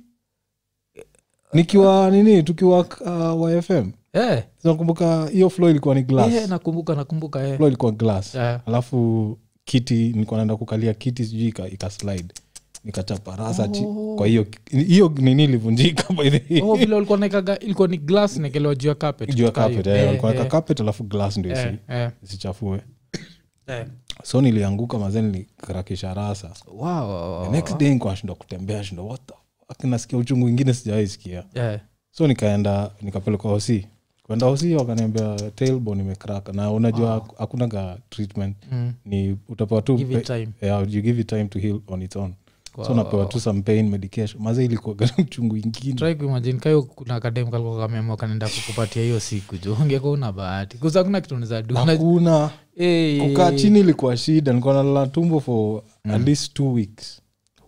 [SPEAKER 2] nikiwa nini tukiwa uh, wafm
[SPEAKER 1] eh,
[SPEAKER 2] nakumbuka hiyo flo ilikuwa ni glass
[SPEAKER 1] eh, nakumbuka nakumbuka eh.
[SPEAKER 2] flo ilikuwa glass
[SPEAKER 1] Eh,
[SPEAKER 2] alafu kiti nilikuwa naenda kukalia kiti sijui ika, ika slide nikachapa rasa chi
[SPEAKER 1] Oh.
[SPEAKER 2] kwa hiyo hiyo nini ilivunjika by the
[SPEAKER 1] oh, vile walikuwa naikaga- ilikuwa ni glass nekelewa juu ya carpet,
[SPEAKER 2] juu ya
[SPEAKER 1] tukaa
[SPEAKER 2] carpet
[SPEAKER 1] hiyo.
[SPEAKER 2] eh,
[SPEAKER 1] Eh,
[SPEAKER 2] walikuwa
[SPEAKER 1] eh,
[SPEAKER 2] weka carpet alafu glass ndio isi-
[SPEAKER 1] eh, eh,
[SPEAKER 2] isichafue
[SPEAKER 1] eh.
[SPEAKER 2] so nilianguka mazeni nikarakisha rasa
[SPEAKER 1] Wow, wow,
[SPEAKER 2] the
[SPEAKER 1] wow.
[SPEAKER 2] next day nikuwa nashindwa kutembea shinda what the fuck nasikia uchungu ingine sijawahi sikia
[SPEAKER 1] Eh,
[SPEAKER 2] so nikaenda nikapelekwa hosi kwenda hosi wakaniambia tailbone imekraka na unajua hak- hakunaga treatment
[SPEAKER 1] mm,
[SPEAKER 2] ni utapewa tu
[SPEAKER 1] give it
[SPEAKER 2] pe-
[SPEAKER 1] time.
[SPEAKER 2] yeah, you give it time to heal on its own so unapewa tu some pain medication maza ilikuaga mchungu ingine
[SPEAKER 1] kuimajini kayo kuna kadem kalikuwa kameamua kanaenda kukupatia hiyo siku jo ungekuwa una bahati kuza kuna kitu unaweza do. Una-
[SPEAKER 2] hakuna
[SPEAKER 1] Eh, Mm.
[SPEAKER 2] kukaa chini ilikuwa shida nilikuwa nalala tumbo for at least two weeks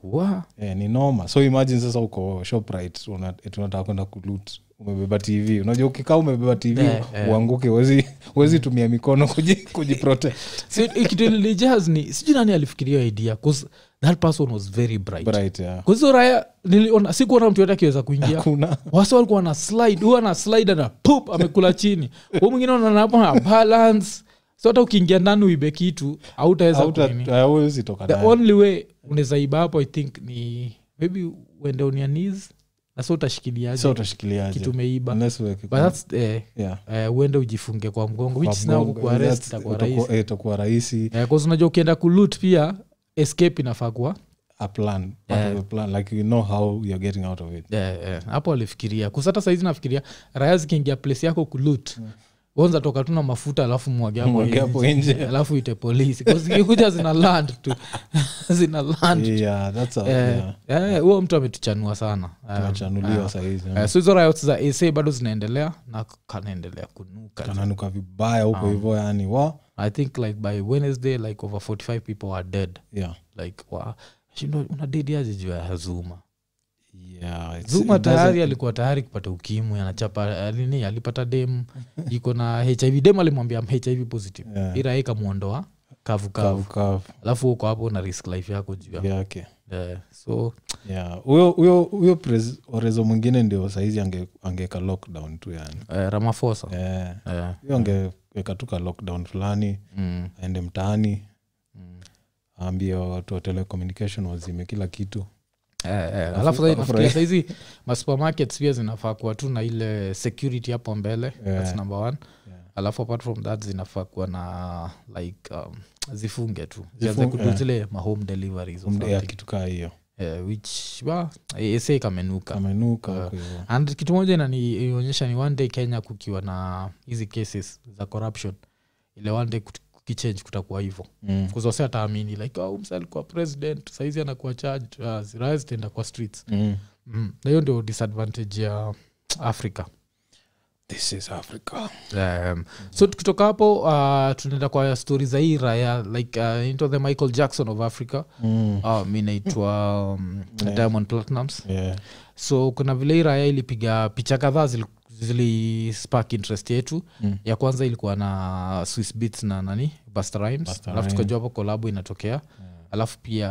[SPEAKER 1] wa.
[SPEAKER 2] eh, ni noma so imagine sasa uko shoprite una- eti unataka kwenda kulut umebeba tv unajua ukikaa umebeba tv
[SPEAKER 1] Eh, eh.
[SPEAKER 2] uanguke huwezi huwezi tumia mikono kuji, kujiprote
[SPEAKER 1] So, i- kitu ilinijazz ni sijui nani alifikiria hiyo idea 'cause that person was very bright
[SPEAKER 2] bright yeah.
[SPEAKER 1] 'Cause hiyo raya niliona sikuona mtu yote akiweza kuingia
[SPEAKER 2] kuna
[SPEAKER 1] wasi walikuwa na slide huwa na slide na pop amekula chini hu mwingine unaonapo na balance so hata ukiingia ndani uibe kitu autaweza kunini
[SPEAKER 2] hauwezi eh, toka
[SPEAKER 1] the
[SPEAKER 2] nayo.
[SPEAKER 1] only way unaweza iba hapo i think ni maybe uende on your knees na so utashikiliaje
[SPEAKER 2] so utashikiliaje
[SPEAKER 1] kitu umeiba but
[SPEAKER 2] Unless uweke-
[SPEAKER 1] that's eh,
[SPEAKER 2] yeah.
[SPEAKER 1] eh, uende ujifunge kwa mgongo which is now
[SPEAKER 2] Mabongo,
[SPEAKER 1] kukuarrest
[SPEAKER 2] that's-
[SPEAKER 1] itakuwa
[SPEAKER 2] utakuwa-
[SPEAKER 1] rahisi
[SPEAKER 2] eh, itakuwa rahisi
[SPEAKER 1] Eh, 'cause unajua ukienda kulut pia escape inafaa kuwa
[SPEAKER 2] a plan part of a plan like you know how you're getting out of it
[SPEAKER 1] Eh, eh, hapo walifikiria kusata saizi nafikiria raya zikiingia place yako kulut wanza toka tu na mafuta alafu mwage hapo
[SPEAKER 2] Hmm. Mwage hapo
[SPEAKER 1] nje.
[SPEAKER 2] nje.
[SPEAKER 1] alafu ite polisi 'Cause zikikuja zina land tu zina land
[SPEAKER 2] yeah that's a,
[SPEAKER 1] Eh,
[SPEAKER 2] yeah.
[SPEAKER 1] eh, huo mtu ametuchanua sana Eh,
[SPEAKER 2] tunachanuliwa sahizi
[SPEAKER 1] eh, so hizo riots za asa bado zinaendelea na kanaendelea kunuka
[SPEAKER 2] kananuka vibaya
[SPEAKER 1] Ah.
[SPEAKER 2] huko hivyo yani wa
[SPEAKER 1] i think like by wednesday like over 45 people are dead
[SPEAKER 2] yeah
[SPEAKER 1] like wa shindo unadediaje juu ya zuma
[SPEAKER 2] yeah it's-
[SPEAKER 1] zuma
[SPEAKER 2] it doesn't-
[SPEAKER 1] tayari alikuwa tayari kupata ukimwi anachapa alini alipata dem iko na hiv dem alimwambia "I'm hiv positive
[SPEAKER 2] Yeah.
[SPEAKER 1] ila yeye ikamwondoa kavu kavu
[SPEAKER 2] kavu kavu
[SPEAKER 1] alafu uko hapo na risk life yako juu ya-
[SPEAKER 2] yake
[SPEAKER 1] Eh, so
[SPEAKER 2] yeah huyo huyo huyo pres- orezo mwingine ndio sahizi ange- angeka lockdown tu yani
[SPEAKER 1] eh, ramafosa
[SPEAKER 2] Eh,
[SPEAKER 1] Eh,
[SPEAKER 2] hiyo angeweka tu ka lockdown fulani
[SPEAKER 1] mm,
[SPEAKER 2] aende mtaani
[SPEAKER 1] mm.
[SPEAKER 2] aambie watu wa telecommunication wazime kila kitu
[SPEAKER 1] Eh, eh, alafu sasa nafikiria
[SPEAKER 2] Wafurahi.
[SPEAKER 1] sahizi masupermarkets pia zinafaa kuwa tu na ile security hapo mbele
[SPEAKER 2] Yeah.
[SPEAKER 1] that's number one
[SPEAKER 2] Yeah.
[SPEAKER 1] alafu apart from that zinafaa kuwa na like um, zifunge eh. tu zianze
[SPEAKER 2] Zifung-
[SPEAKER 1] kudu
[SPEAKER 2] yeah.
[SPEAKER 1] zile mahome deliveries or
[SPEAKER 2] Mde- ya
[SPEAKER 1] something.
[SPEAKER 2] kitu kaa hiyo
[SPEAKER 1] Eh, which wa ese ikamenuka
[SPEAKER 2] kamenuka
[SPEAKER 1] Yeah.
[SPEAKER 2] huko hivyo
[SPEAKER 1] and kitu moja inanionyesha ni one day kenya kukiwa na hizi cases za corruption ile one day kut- kukichange kutakuwa hivo
[SPEAKER 2] Mm.
[SPEAKER 1] kuzose ataamini like oh, msa alikuwa president saizi anakuwa charged uh, raia zitaenda kwa streets
[SPEAKER 2] Mm.
[SPEAKER 1] mm. na hiyo ndio disadvantage ya africa
[SPEAKER 2] this is africa
[SPEAKER 1] um, so tukitoka hapo uh, tunaenda kwa stori za hii raya like uh, into the michael jackson of africa
[SPEAKER 2] mm.
[SPEAKER 1] uh, mi naitwa um, diamond platinums
[SPEAKER 2] yeah.
[SPEAKER 1] so kuna vile hii raya ilipiga picha kadhaa zili, zili spark interest yetu
[SPEAKER 2] Mm.
[SPEAKER 1] ya kwanza ilikuwa na swiss beats na nani Busta Rhymes.
[SPEAKER 2] Busta
[SPEAKER 1] alafu
[SPEAKER 2] Rhymes.
[SPEAKER 1] tukajua hapo kolabo inatokea alafu pia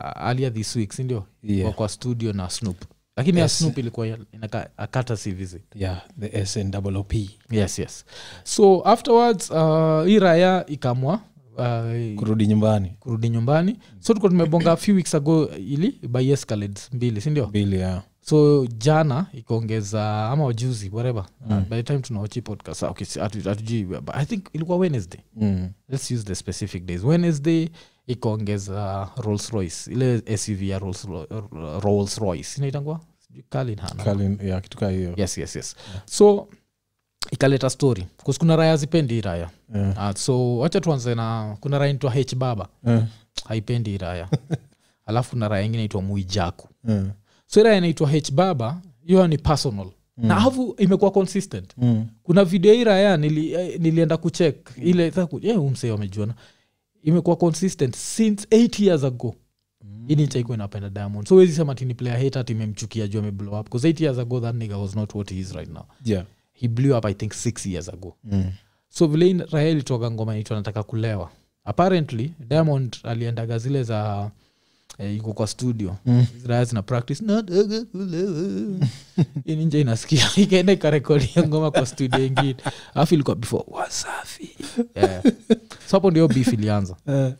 [SPEAKER 1] uh, alia this week sindio
[SPEAKER 2] Yeah.
[SPEAKER 1] Kwa- kwa studio na snoop lakini ya snoop ilikuwa ya- inaka akata si visit
[SPEAKER 2] yeah the snwp
[SPEAKER 1] yes yes so afterwards uh, hii raya ikamwa uh,
[SPEAKER 2] kurudi nyumbani
[SPEAKER 1] kurudi nyumbani so tulikuwa tumebonga a few weeks ago ili by escalades mbili sindio
[SPEAKER 2] bili ya
[SPEAKER 1] so jana ikaongeza ama wajuzi whatever mm. by the time tunawachi podcast ah, okay, si- hatu- hatujui but i think ilikuwa wednesday
[SPEAKER 2] mm.
[SPEAKER 1] let's use the specific days wednesday ikaongeza rolls royce ile suv ya rolls, Ro- rolls royce inaitangwa Sijui Cullinan
[SPEAKER 2] Kalin, yeah, kitu kaa hiyo
[SPEAKER 1] yes yes yes so ikaleta story bcause kuna raya zipendi hii raya
[SPEAKER 2] yeah.
[SPEAKER 1] uh, so wacha tuanze na kuna raya naitwa h baba
[SPEAKER 2] yeah.
[SPEAKER 1] haipendi hii raya alafu kuna raya ingine naitwa muijaku
[SPEAKER 2] yeah.
[SPEAKER 1] so ile inaitwa h baba hiyo ni personal mm. na afu imekuwa consistent
[SPEAKER 2] mm.
[SPEAKER 1] kuna video hii raya nili, eh, nilienda kuchek ile eh, umsee wamejuana imekuwa consistent since 8 years ago ini chaiko inapenda diamond so wezi sema tini player hate ati imemchukia juu ameblow up bcause 8 years ago that nigga was not what he is right now
[SPEAKER 2] yeah.
[SPEAKER 1] he blew up i think 6 years ago
[SPEAKER 2] mm.
[SPEAKER 1] so vile in- raya ilitoka ngoma naitwa nataka kulewa apparently diamond aliendaga zile za eh, yuko kwa studio mm. raya zina practice nataka kulewa Hii nje inasikia ikaenda ikarekodi hiyo ngoma kwa studio ingine alafu ilikuwa before wasafi yeah. so hapo ndio beef ilianza
[SPEAKER 2] Eh,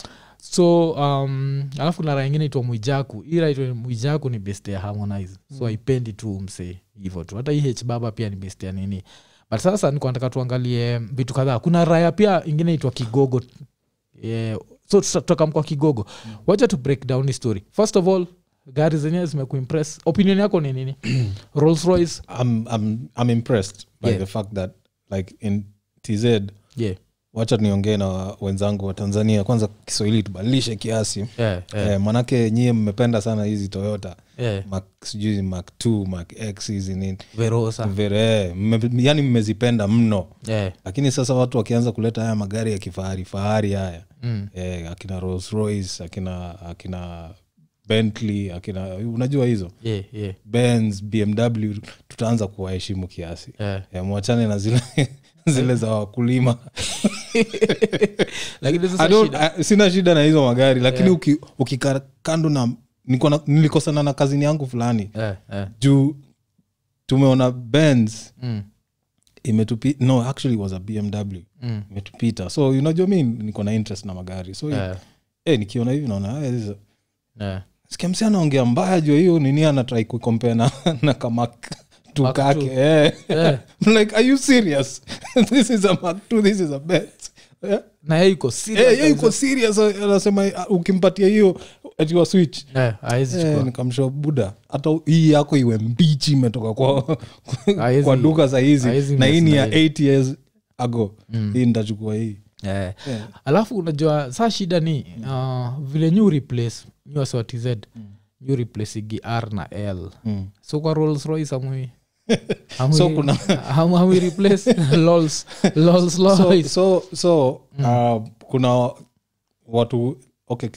[SPEAKER 1] so um, alafu kuna raa ingine itwa mwijaku ira itwa mwijaku ni best ya harmonize so haipendi tu msee hivo tu hata hii hbaba pia ni best ya nini but sasa nikuwa nataka tuangalie vitu kadhaa kuna raya pia ingine itwa kigogo yeah. so tuta- tutakamkwa kigogo wacha tu break down hii story first of all gari zenyewe zimekuimpress opinion yako ni nini rolls royce
[SPEAKER 2] I'm, I'm, i'm impressed by
[SPEAKER 1] Yeah.
[SPEAKER 2] the fact that like in tz
[SPEAKER 1] yeah
[SPEAKER 2] wacha niongee na wenzangu wa tanzania kwanza kiswahili tubadilishe kiasi
[SPEAKER 1] yeah, yeah,
[SPEAKER 2] eh, manake nyie mmependa sana hizi toyota
[SPEAKER 1] yeah.
[SPEAKER 2] Mark- sijui mak 2 mak x hizi nini
[SPEAKER 1] verosa
[SPEAKER 2] Vere- mme- yani mmezipenda mno
[SPEAKER 1] yeah.
[SPEAKER 2] lakini sasa watu wakianza kuleta haya magari ya kifahari fahari haya mm. eh, akina Rolls Royce, akina akina bentley akina unajua hizo
[SPEAKER 1] Yeah, yeah.
[SPEAKER 2] benz bmw tutaanza kuwaheshimu kiasi
[SPEAKER 1] Yeah.
[SPEAKER 2] eh, mwachane na zile zile za wakulima
[SPEAKER 1] lakini
[SPEAKER 2] I
[SPEAKER 1] sasa
[SPEAKER 2] don't-
[SPEAKER 1] shida-
[SPEAKER 2] I- sina shida na hizo magari lakini uki- ukikaa kando na niko na- nilikosana na kazini yangu fulani
[SPEAKER 1] Eh, eh.
[SPEAKER 2] juu tumeona benz
[SPEAKER 1] Mm,
[SPEAKER 2] imetupita no actually was a bmw
[SPEAKER 1] mm.
[SPEAKER 2] imetupita so unajua mi niko na interest na magari so
[SPEAKER 1] Eh,
[SPEAKER 2] eh, nikiona hivi naona eh, hizo-
[SPEAKER 1] eh.
[SPEAKER 2] sikia msi anaongea mbaya juu ya hiyo nini anatrai kukompea na, na kamak
[SPEAKER 1] Mark
[SPEAKER 2] tukake
[SPEAKER 1] two.
[SPEAKER 2] eh.
[SPEAKER 1] Eh.
[SPEAKER 2] I'm like are you serious this is a mark two, this is a bet eh?
[SPEAKER 1] na yeye iko
[SPEAKER 2] Eh,
[SPEAKER 1] serious
[SPEAKER 2] yeye yuko serious anasema uh, ukimpatia hiyo atiwa switch
[SPEAKER 1] Eh, haezi
[SPEAKER 2] Eh,
[SPEAKER 1] chukua.
[SPEAKER 2] nikamshoa buda hata hii yako iwe mbichi imetoka kwa,
[SPEAKER 1] Haezi-
[SPEAKER 2] kwa duka za hizi
[SPEAKER 1] haezi
[SPEAKER 2] na hii ni ya
[SPEAKER 1] mess na
[SPEAKER 2] 8 years ago hii nitachukua hii
[SPEAKER 1] Eh. alafu unajua saa shida ni
[SPEAKER 2] Mm.
[SPEAKER 1] uh, vile new replace new swatz new replace igi r na l
[SPEAKER 2] Mm.
[SPEAKER 1] so kwa rolls royce amwi
[SPEAKER 2] So kuna-
[SPEAKER 1] hamwi replace lols lols
[SPEAKER 2] so,
[SPEAKER 1] loys
[SPEAKER 2] so, so
[SPEAKER 1] Hmm.
[SPEAKER 2] uh, kuna watu okay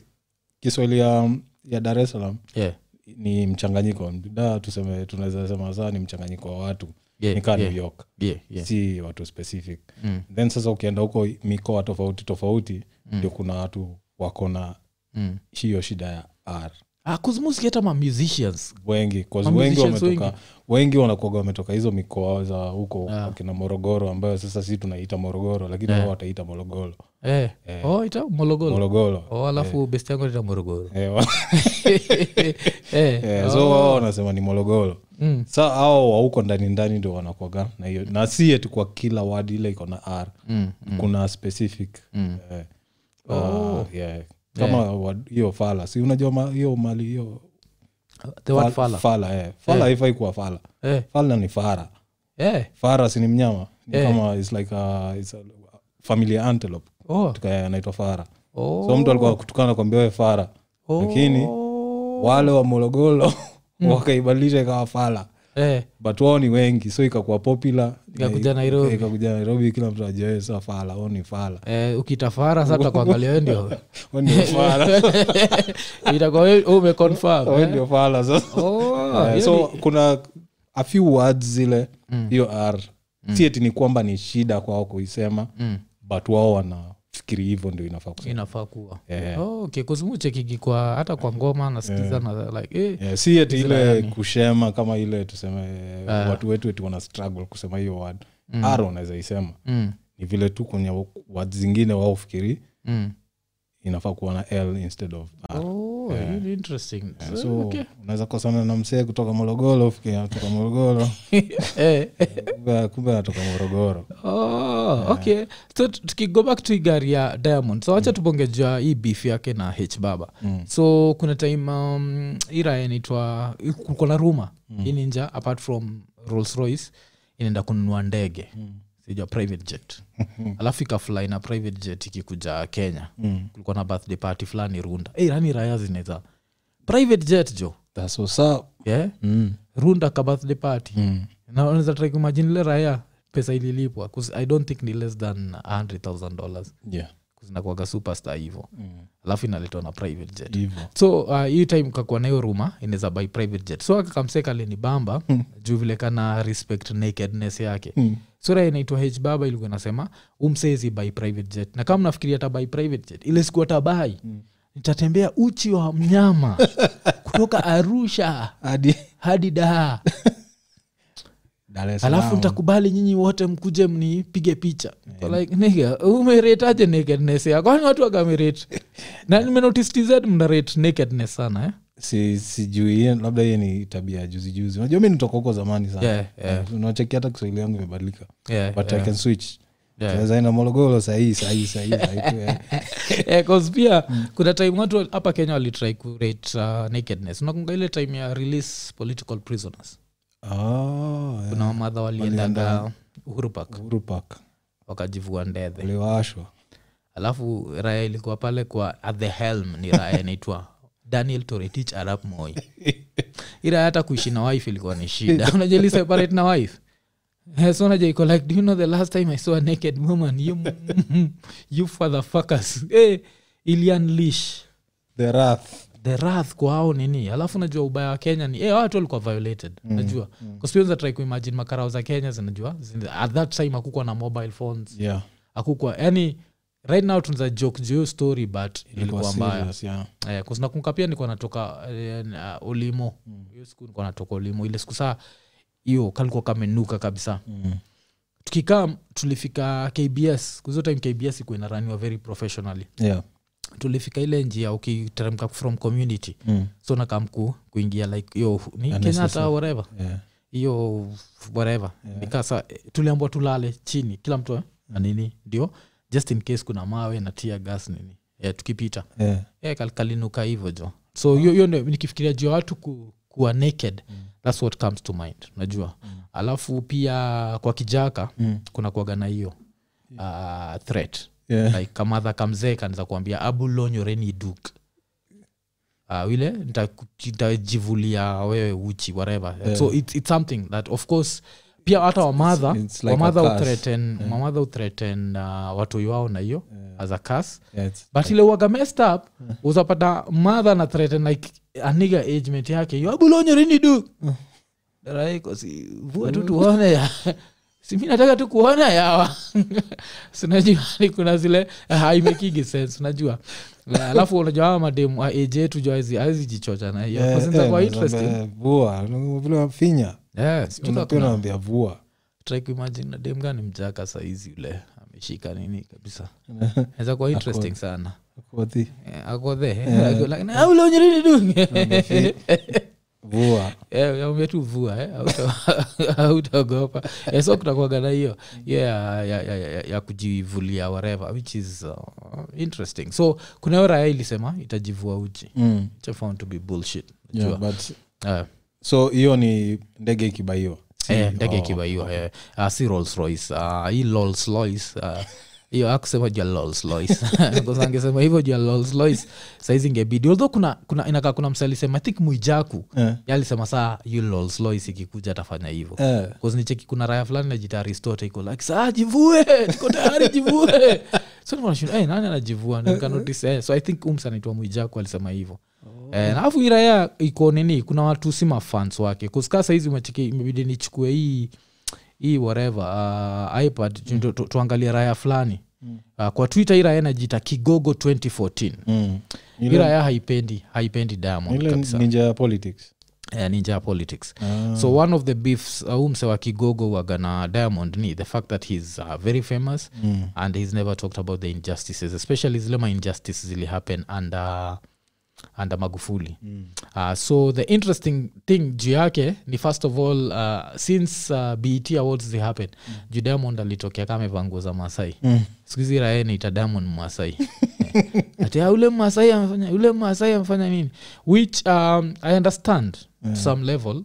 [SPEAKER 2] kiswahili ya, ya dar es salaam
[SPEAKER 1] yeah
[SPEAKER 2] ni mchanganyiko da tuseme tunaweza sema saa ni mchanganyiko wa watu
[SPEAKER 1] Yeah,
[SPEAKER 2] ni kaa
[SPEAKER 1] yeah.
[SPEAKER 2] new york
[SPEAKER 1] yeah yeah
[SPEAKER 2] si watu specific
[SPEAKER 1] Mm.
[SPEAKER 2] then sasa ukienda huko mikoa tofauti tofauti
[SPEAKER 1] Hmm.
[SPEAKER 2] ndio kuna watu wako na
[SPEAKER 1] mm.
[SPEAKER 2] hiyo shida ya r
[SPEAKER 1] ah, kuzimuski hata ma musicians
[SPEAKER 2] wengi 'cause
[SPEAKER 1] Ma
[SPEAKER 2] wengi
[SPEAKER 1] musicians
[SPEAKER 2] wametoka wengi wanakuaga wametoka hizo mikoa za huko
[SPEAKER 1] Ah.
[SPEAKER 2] akina morogoro ambayo sasa si tunaiita morogoro lakini wao wataiita morogoro
[SPEAKER 1] eh. oh ita morogoro
[SPEAKER 2] morogoro
[SPEAKER 1] oh alafu best yangu ita morogoro
[SPEAKER 2] Eh, wa-
[SPEAKER 1] eh.
[SPEAKER 2] eh, so wao wanasema ni morogoro
[SPEAKER 1] Mm.
[SPEAKER 2] sa ao wauko ndani ndani ndio wanakwaga na hiyo na si eti kwa kila wadi ile iko na r
[SPEAKER 1] Mm. Oh.
[SPEAKER 2] kuna specific eh, uh, yeah. kama wad- hiyo fala si unajua ma- hiyo mali hiyo
[SPEAKER 1] the word
[SPEAKER 2] fal-
[SPEAKER 1] fala
[SPEAKER 2] fala eh. fala haifai kuwa fala
[SPEAKER 1] eh.
[SPEAKER 2] fala ni fara
[SPEAKER 1] eh.
[SPEAKER 2] fara si ni mnyama ni kama it's like a, it's a familia antelope
[SPEAKER 1] oh.
[SPEAKER 2] Tuka- anaitwa fara
[SPEAKER 1] oh.
[SPEAKER 2] so mtu alikuwa kutukana kwambia we fara
[SPEAKER 1] Oh.
[SPEAKER 2] lakini wale wa morogoro
[SPEAKER 1] Hmm.
[SPEAKER 2] wakaibadilisha ikawa fala
[SPEAKER 1] eh.
[SPEAKER 2] but wao ni wengi so ikakuwa popular
[SPEAKER 1] Ikakuja
[SPEAKER 2] Eh,
[SPEAKER 1] Nairobi.
[SPEAKER 2] ikakuja nairobi kila mtu ajoe sa fala wao ni fala
[SPEAKER 1] eh, ukitafara sata kuangalia we ndio
[SPEAKER 2] Wao ndio fala
[SPEAKER 1] itakuwa we- we umeconfirm
[SPEAKER 2] Wao
[SPEAKER 1] eh?
[SPEAKER 2] ndio fala sasa
[SPEAKER 1] Oh,
[SPEAKER 2] Eh,
[SPEAKER 1] hiyo Hmm.
[SPEAKER 2] so kuna a few words zile hiyo r si eti ni kwamba ni shida kwao kuisema
[SPEAKER 1] Hmm.
[SPEAKER 2] but wao wanafikiri hivyo ndio inafaa kusema
[SPEAKER 1] inafaa kuwa
[SPEAKER 2] Eh.
[SPEAKER 1] Oh, okay, 'cause mi huchekigi kwa hata kwa ngoma nasikiza na like eh,
[SPEAKER 2] Eh, si eti ile kushema kama ile tuseme
[SPEAKER 1] Eh.
[SPEAKER 2] watu wetu eti wana struggle kusema hiyo word
[SPEAKER 1] Hmm.
[SPEAKER 2] r wanaweza isema
[SPEAKER 1] mm,
[SPEAKER 2] ni vile tu kwenye word zingine wao fikiri
[SPEAKER 1] mm.
[SPEAKER 2] inafaa kuwa na l instead of r
[SPEAKER 1] Oh, hiyo ni interesting. So,
[SPEAKER 2] so
[SPEAKER 1] okay.
[SPEAKER 2] unaweza kosana na msee kutoka morogoro ufikiria anatoka morogoro
[SPEAKER 1] Eh, eh.
[SPEAKER 2] kumbe- kumbe anatoka morogoro
[SPEAKER 1] Oh, okay so t- tukigo back to hii gari ya diamond so wacha tubongejua hii beef yake na h baba so kuna time um, ira inaitwa kulikuwa na ruma hii ninja apart from rolls royce inaenda kununua ndege sijua private jet alafu ikafly na private jet ikikuja kenya
[SPEAKER 2] Mm.
[SPEAKER 1] kulikuwa na birthday party fulani runda hey, rani raya zinaweza private jet jo
[SPEAKER 2] That's what's up.
[SPEAKER 1] yeah?
[SPEAKER 2] Mm,
[SPEAKER 1] runda ka birthday party mm. naeza try kuimagine ile raya pesa ililipwa 'cause i don't think ni less than 100000 dollars
[SPEAKER 2] Yeah.
[SPEAKER 1] zinakuaga superstar hivo mm. alafu inaletwa na private jet
[SPEAKER 2] Hivyo.
[SPEAKER 1] so uh, hii time kakuwa nayo ruma inaweza by private jet so akamsekaleni bamba juu vile kana respect nakedness yake mm. sura inaitwa h baba ilikuwa inasema "Um, umsezi by private jet na kama mnafikiria tabai private jet ile siku tabai mm. nitatembea uchi wa mnyama kutoka arusha
[SPEAKER 2] hadi
[SPEAKER 1] hadi daa
[SPEAKER 2] Dar es
[SPEAKER 1] alafu
[SPEAKER 2] Salaam.
[SPEAKER 1] nitakubali nyinyi wote mkuje mnipige picha So like nigga umeretaje nakedness yako kwani watu wakamerate na nimenotice tz mnarate nakedness sana eh?
[SPEAKER 2] Si- sijui hiyo- labda hiyo ni tabia ya juzi juzi unajua mi nitoka huko zamani sana
[SPEAKER 1] Yeah, yeah.
[SPEAKER 2] unacheki hata kiswahili yangu imebadilika
[SPEAKER 1] Yeah,
[SPEAKER 2] but
[SPEAKER 1] yeah.
[SPEAKER 2] i can switch
[SPEAKER 1] Yeah.
[SPEAKER 2] Naweza enda morogoro sahii sahii sahii sahii tu, eh.
[SPEAKER 1] Eh, 'cause pia kuna time watu hapa kenya walitry kurate uh, nakedness unakunga ile time ya release political prisoners
[SPEAKER 2] Ah, yeah.
[SPEAKER 1] kuna wamadha waliendaga uhuru park
[SPEAKER 2] Uhuru Park.
[SPEAKER 1] wakajivua ndedhe
[SPEAKER 2] uliwashwa
[SPEAKER 1] alafu raya ilikuwa pale kwa at the helm ni raya inaitwa daniel toretich arap moi ira hata kuishi na wife ilikuwa ni shida unajua ili separate na wife Eh, so unajua iko like do you know the last time i saw a naked woman you, you fatherfuckers eh ili unleash
[SPEAKER 2] the wrath
[SPEAKER 1] the wrath kwa hao nini alafu najua ubaya wa kenya ni eh, watu walikuwa violated mm, najua mm. try kuimagine makarao za kenya zinajua zina, at that time hakukuwa na mobile phones
[SPEAKER 2] yeah
[SPEAKER 1] hakukuwa yani right now tunza joke juu hiyo story but ilikuwa mbaya
[SPEAKER 2] serious, yeah.
[SPEAKER 1] eh, kusinakumka pia nilikuwa natoka eh, na olimo hiyo siku nilikuwa natoka olimo ile siku saa hiyo kalikuwa kamenuka kabisa
[SPEAKER 2] Mm.
[SPEAKER 1] tukikaa tulifika kbs kuzo time kbs ikuwa inaraniwa very professionally
[SPEAKER 2] Yeah.
[SPEAKER 1] tulifika ile njia ukiteremka from community
[SPEAKER 2] Mm.
[SPEAKER 1] so nakaa mkuu kuingia like hiyo ni
[SPEAKER 2] NSSF.
[SPEAKER 1] kenyatta whatever
[SPEAKER 2] Yeah.
[SPEAKER 1] hiyo whatever yeah. nikasa tuliambwa tulale chini kila mtu eh, na nini ndio just in case kuna mawe na tia gas nini yeah, tukipita
[SPEAKER 2] Yeah.
[SPEAKER 1] yeah, kal- kalinuka hivyo jo so hiyo hiyo ndio nikifikiria juu ya watu ku, kuwa naked mm. thats what comes to mind unajua mm. alafu pia kwa kijaka mm. kuna kuaga na hiyo uh, threat
[SPEAKER 2] Yeah.
[SPEAKER 1] like kamadha kamzee kanza kuambia abulonyoreni duk uh, ile nitaku- nitajivulia wewe uchi whatever so it's, it's something that of course pia hata wamadha
[SPEAKER 2] it's like a
[SPEAKER 1] wamadha
[SPEAKER 2] curse.
[SPEAKER 1] utreten wamadha utreten uh, watoi wao na hiyo as a cas
[SPEAKER 2] Yeah, it's-
[SPEAKER 1] but ile uwaga messed up
[SPEAKER 2] Uh-huh.
[SPEAKER 1] uzapata madha na threaten like aniga agement yake hiyo abulonyoreni duk
[SPEAKER 2] Uh-huh.
[SPEAKER 1] raikosi vua tu tuone ya simi nataka tu kuona yawa sinajua ni kuna zile haimekigi sense unajua Na alafu unajua hawa mademu wa age yetu jo awezi jichocha na hiyo
[SPEAKER 2] Yeah,
[SPEAKER 1] Kwa sasa
[SPEAKER 2] eh,
[SPEAKER 1] kwa
[SPEAKER 2] nakwambia,
[SPEAKER 1] interesting
[SPEAKER 2] vua vile wafinya
[SPEAKER 1] Yeah, sijui kama
[SPEAKER 2] unapia
[SPEAKER 1] kuna-
[SPEAKER 2] naambia vua
[SPEAKER 1] try kuimagine na dem gani mjaka saizi yule ameshika nini kabisa naweza kuwa interesting sana
[SPEAKER 2] kodhi
[SPEAKER 1] Eh, ako there. Ako like, "Na ule unyerere du."
[SPEAKER 2] vua
[SPEAKER 1] Eh, ambia tu vua eh, hauta- hautaogopa Eh, so kutakuaga na hiyo hiyo ya, ya, ya, ya, ya kujivulia whatever which is uh, interesting so kuna hiyo raya ilisema itajivua uchi
[SPEAKER 2] mm.
[SPEAKER 1] Which I found to be bullshit
[SPEAKER 2] yeah,
[SPEAKER 1] Jua.
[SPEAKER 2] but
[SPEAKER 1] Eh,
[SPEAKER 2] so hiyo ni ndege ikibaiwa Si-
[SPEAKER 1] eh, ndege
[SPEAKER 2] oh.
[SPEAKER 1] ikibaiwa eh. Ah, si Rolls Royce ah, hii Rolls Royce ah, hiyo akusema jua Rolls Royce Kwa sababu angesema hivyo jua Rolls Royce saizi ingebidi although kuna, kuna inakaa kuna msee alisema I think Mwijaku
[SPEAKER 2] Eh,
[SPEAKER 1] Yeye alisema saa hiyo Rolls Royce ikikuja atafanya hivyo
[SPEAKER 2] eh,
[SPEAKER 1] kuznicheki kuna raya fulani najita aristote iko like saa jivue tuko tayari jivue so nilikuwa nashinda, "Eh, nani anajivua Ndio nikanotice, eh, so i think umsa anaitwa mwijaku alisema hivyo
[SPEAKER 2] Oh.
[SPEAKER 1] Eh, na alafu hii raya iko nini kuna watu si mafans wake kuskaa sahizi umecheki imebidi nichukue hii hii whatever uh, ipad
[SPEAKER 2] Mm.
[SPEAKER 1] tu- tu- tuangalie raya fulani uh, kwa twitter hii raya inajiita kigogo 2014
[SPEAKER 2] mm.
[SPEAKER 1] hii
[SPEAKER 2] ile
[SPEAKER 1] raya haipendi haipendi diamond
[SPEAKER 2] ile
[SPEAKER 1] kabisa
[SPEAKER 2] ninja ya politics Ah.
[SPEAKER 1] eh, ninja ya politics so one of the beefs uh, umse wa kigogo wagana diamond ni the fact that he's uh, very famous
[SPEAKER 2] Mm.
[SPEAKER 1] and he's never talked about the injustices especially zile ma injustices zili happen under under magufuli uh, so the interesting thing juu yake ni first of all uh, since uh, bet awards they happen mm. juu diamond alitokea kama amevaa nguo za masai mm. sikuhizi rae niita diamond masai ati "Ah, ule masai amefanya ule masai amefanya nini which um, i understand yeah. some level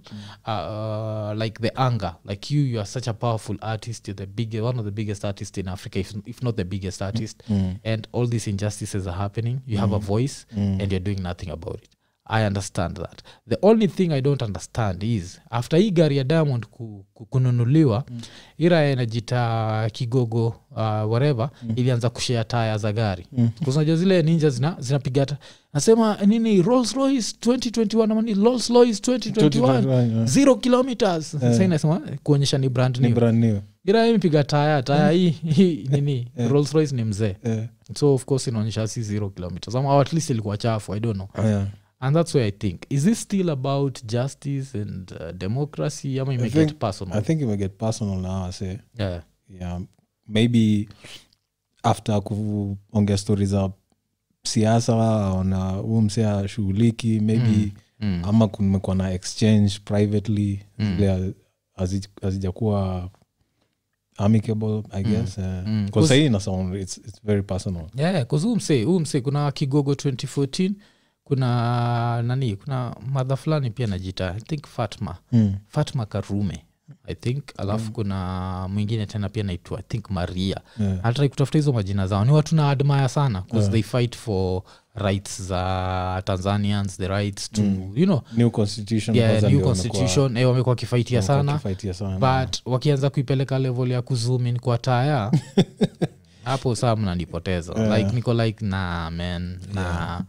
[SPEAKER 1] uh, like the anger like you you are such a powerful artist you're the biggest, one of the biggest artists in africa if, if not the biggest artist and all these injustices are happening you have a voice and you're doing nothing about it i understand that the only thing i don't understand is after hii gari ya diamond ku, ku, kununuliwa mm. ira inajita kigogo uh, whatever mm. ilianza kushea taya za gari mm. kuzinajua zile ninja zina zinapiga ta- nasema nini rolls royce 2021 ama ni rolls royce 2021
[SPEAKER 2] 2021,
[SPEAKER 1] zero kilometers sasa inasema kuonyesha Eh. ni brand Eh.
[SPEAKER 2] ni
[SPEAKER 1] new
[SPEAKER 2] brand new
[SPEAKER 1] ira imepiga taya taya hii hii nini rolls royce ni mzee
[SPEAKER 2] Eh,
[SPEAKER 1] so of course inaonyesha si zero kilometers ama or at least ilikuwa chafu i don't know
[SPEAKER 2] yeah.
[SPEAKER 1] and that's where i think is this still about justice and uh, democracy ama imake it
[SPEAKER 2] think-
[SPEAKER 1] personal
[SPEAKER 2] i think it will get personal now I say
[SPEAKER 1] yeah.
[SPEAKER 2] yeah maybe after kuongea stori za siasa na huu msee ashughuliki maybe
[SPEAKER 1] mm.
[SPEAKER 2] ama kumekuwa na exchange privately
[SPEAKER 1] Mm.
[SPEAKER 2] zile hazi- hazi- hazijakuwa amicable i guess eh.
[SPEAKER 1] Mm.
[SPEAKER 2] 'Cause sahii ina sound it's, it's very personal
[SPEAKER 1] yeah, 'cause huu msee huu msee kuna kigogo 2014
[SPEAKER 2] Mm.
[SPEAKER 1] kuna nani kuna madha fulani pia najita i think fatma fatma karume i think alafu mm. kuna mwingine tena pia naitwa i think maria yeah. atrai kutafuta hizo majina zao ni watu na admire sana bcause yeah. they fight for rights za tanzanians the rights to mm. you know
[SPEAKER 2] new constitution
[SPEAKER 1] yeah,
[SPEAKER 2] kwanza
[SPEAKER 1] new
[SPEAKER 2] ndio wamekuwa-
[SPEAKER 1] constitution eh, wamekuwa wakifaitia sana
[SPEAKER 2] wakifaitia sana
[SPEAKER 1] but wakianza kuipeleka level ya kuzumin kwa taya hapo saa mnanipoteza like niko like na man na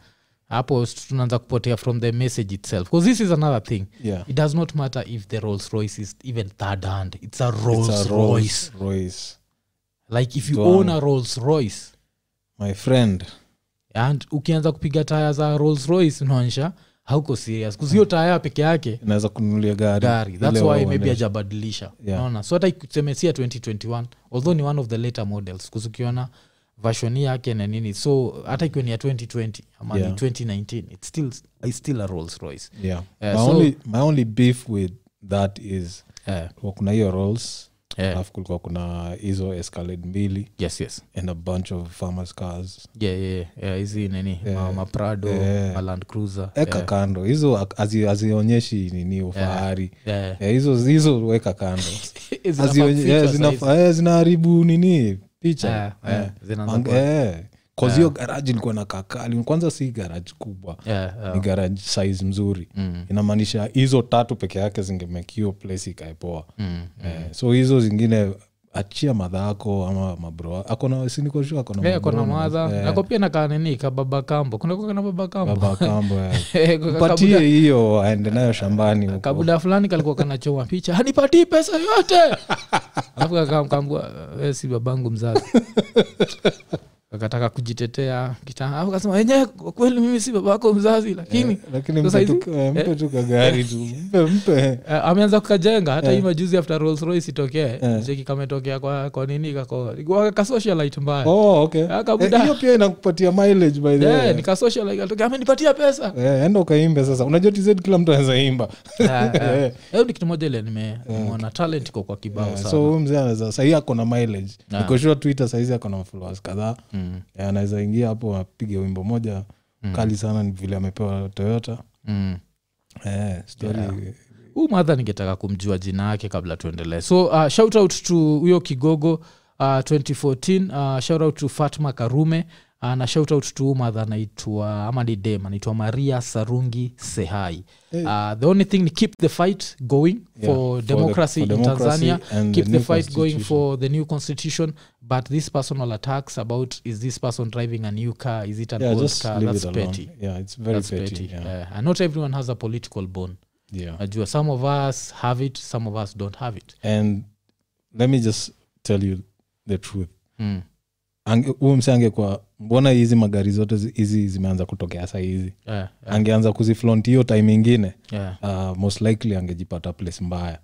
[SPEAKER 1] hapo tunaanza kupotea from the message itself because this is another thing
[SPEAKER 2] Yeah.
[SPEAKER 1] it does not matter if the rolls royce is even third hand it's a
[SPEAKER 2] It's
[SPEAKER 1] rolls,
[SPEAKER 2] a
[SPEAKER 1] royce.
[SPEAKER 2] Rolls Royce.
[SPEAKER 1] like if you
[SPEAKER 2] Dwangu.
[SPEAKER 1] own a rolls royce
[SPEAKER 2] my friend
[SPEAKER 1] and ukianza kupiga taya za rolls royce unaonyesha hauko serious kuzio taya peke yake
[SPEAKER 2] naweza kununulia gari
[SPEAKER 1] gari thats
[SPEAKER 2] Ile
[SPEAKER 1] why
[SPEAKER 2] wao
[SPEAKER 1] maybe
[SPEAKER 2] waende-
[SPEAKER 1] ajabadilisha
[SPEAKER 2] Yeah.
[SPEAKER 1] naona so hata ikusemesia 2021 although ni one of the later models kuzukiona vashoni yake na nini so hata ikiwa ni ya 2020 ama
[SPEAKER 2] Yeah.
[SPEAKER 1] ni 2019 it's still, it's still a rolls royce
[SPEAKER 2] yeah.
[SPEAKER 1] Eh,
[SPEAKER 2] my,
[SPEAKER 1] so-
[SPEAKER 2] only, my only beef with that is
[SPEAKER 1] yeah.
[SPEAKER 2] kwa kuna hiyo rolls
[SPEAKER 1] Yeah.
[SPEAKER 2] alafu kulikuwa kuna hizo escalade mbili
[SPEAKER 1] yes yes
[SPEAKER 2] and a bunch of farmers cars
[SPEAKER 1] yeah, yeah, yeah. yeah, hizi nini yeah. maprado
[SPEAKER 2] Yeah.
[SPEAKER 1] maland cruiser
[SPEAKER 2] eka
[SPEAKER 1] yeah.
[SPEAKER 2] kando hizo ak- hazi- hazionyeshi nini ufahari
[SPEAKER 1] Yeah.
[SPEAKER 2] Eh, hizo hizo weka kando
[SPEAKER 1] Zina
[SPEAKER 2] Hazionye-
[SPEAKER 1] features
[SPEAKER 2] eh,
[SPEAKER 1] size.
[SPEAKER 2] zina- eh, zinaharibu nini picha
[SPEAKER 1] Yeah, yeah. Zinaanza
[SPEAKER 2] Ang-
[SPEAKER 1] kuwa-
[SPEAKER 2] eh. 'Cause hiyo garaji ilikuwa na kakali kwanza si garaji kubwa
[SPEAKER 1] Yeah, yeah.
[SPEAKER 2] ni garage size mzuri mm. inamaanisha hizo tatu peke yake zingemake hiyo place ikaepoa mm. eh, so hizo zingine achia madhako ama mabro akona sinikoshua
[SPEAKER 1] Eh,
[SPEAKER 2] akona
[SPEAKER 1] kona madha nako pia nakaa nini kababa kambo kuna kuwa kana baba kambo
[SPEAKER 2] baba kambo eh.
[SPEAKER 1] Eh, kwa
[SPEAKER 2] mpatie hiyo aende nayo shambani huko.
[SPEAKER 1] kabuda fulani kalikuwa kanachoma picha hanipatii pesa yote alafu kakamkambua we si babangu mzazi akataka kujitetea kita alafu kasema wenyewe kwa kweli mimi si babako mzazi lakini
[SPEAKER 2] Eh, lakini
[SPEAKER 1] Sasa
[SPEAKER 2] mpe tu-
[SPEAKER 1] hizi-
[SPEAKER 2] eh, mpe tu kagari tu mpe mpe
[SPEAKER 1] eh, ameanza kukajenga
[SPEAKER 2] Eh.
[SPEAKER 1] hata hii majuzi after Rolls Royce itokee cheki kametokea kwa, kwa nini kako kasocialite mbaya
[SPEAKER 2] oh, okay.
[SPEAKER 1] Ah, kabuda.
[SPEAKER 2] Eh, hiyo pia inakupatia mileage by the way
[SPEAKER 1] Eh, nikasocialite atokea amenipatia pesa
[SPEAKER 2] Eh, enda ukaimbe sasa unajua tz kila mtu anaweza imba
[SPEAKER 1] Eh, eh, ni kitu moja ile nimeona talent iko kwa kibao
[SPEAKER 2] Yeah,
[SPEAKER 1] sana
[SPEAKER 2] Eh, so huyu mzee anaweza sahii ako na mileage
[SPEAKER 1] Ah.
[SPEAKER 2] nikoshua twitter saizi ako na followers kadhaa
[SPEAKER 1] Mm.
[SPEAKER 2] Eh, anaweza ingia hapo apige wimbo moja kali sana ni vile amepewa toyota
[SPEAKER 1] mm.
[SPEAKER 2] eh, story
[SPEAKER 1] huu madha ningetaka kumjua jina yake kabla tuendelee so uh, shout out to huyo kigogo uh, 2014 uh, shout out to fatma karume uh, na shout out to huyu madha anaitwa ama ni dem anaitwa maria sarungi sehai uh, the only thing ni keep the fight going
[SPEAKER 2] Yeah,
[SPEAKER 1] for
[SPEAKER 2] for the-
[SPEAKER 1] democracy
[SPEAKER 2] for
[SPEAKER 1] in
[SPEAKER 2] democracy
[SPEAKER 1] tanzania
[SPEAKER 2] and the
[SPEAKER 1] keep the
[SPEAKER 2] new
[SPEAKER 1] fight going
[SPEAKER 2] constitution.
[SPEAKER 1] for the new constitution but this personal attacks about is this person driving a new car is it an
[SPEAKER 2] yeah,
[SPEAKER 1] old
[SPEAKER 2] just
[SPEAKER 1] car
[SPEAKER 2] leave it
[SPEAKER 1] that's
[SPEAKER 2] alone.
[SPEAKER 1] petty
[SPEAKER 2] Yeah, it's very
[SPEAKER 1] that's
[SPEAKER 2] petty,
[SPEAKER 1] petty
[SPEAKER 2] yeah.
[SPEAKER 1] Yeah. and not everyone has a political bone
[SPEAKER 2] Yeah.
[SPEAKER 1] najua some of us have it some of us don't have it
[SPEAKER 2] and let me just tell you the truth Ange- huyu mse angekuwa mbona hizi magari zote zi- hizi zimeanza kutokea sahizi
[SPEAKER 1] Eh,
[SPEAKER 2] angeanza kuziflont hiyo time ingine
[SPEAKER 1] yeah.
[SPEAKER 2] uh, most likely angejipata place mbaya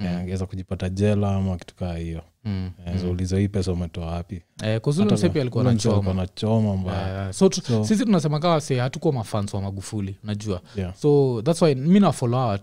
[SPEAKER 2] Eh, angeweza kujipata jela ama kitu kaa hiyo
[SPEAKER 1] Mm.
[SPEAKER 2] Eh, so ulizo hii pesa umetoa wapi
[SPEAKER 1] Eh, 'cause ule mse pia alikuwa
[SPEAKER 2] Ule mse
[SPEAKER 1] anachoma
[SPEAKER 2] alikuwa anachoma mbaya
[SPEAKER 1] Eh, so tu- sisi tunasema kawa se hatukuwa mafans wa magufuli unajua
[SPEAKER 2] Yeah.
[SPEAKER 1] so thats why mi nafolo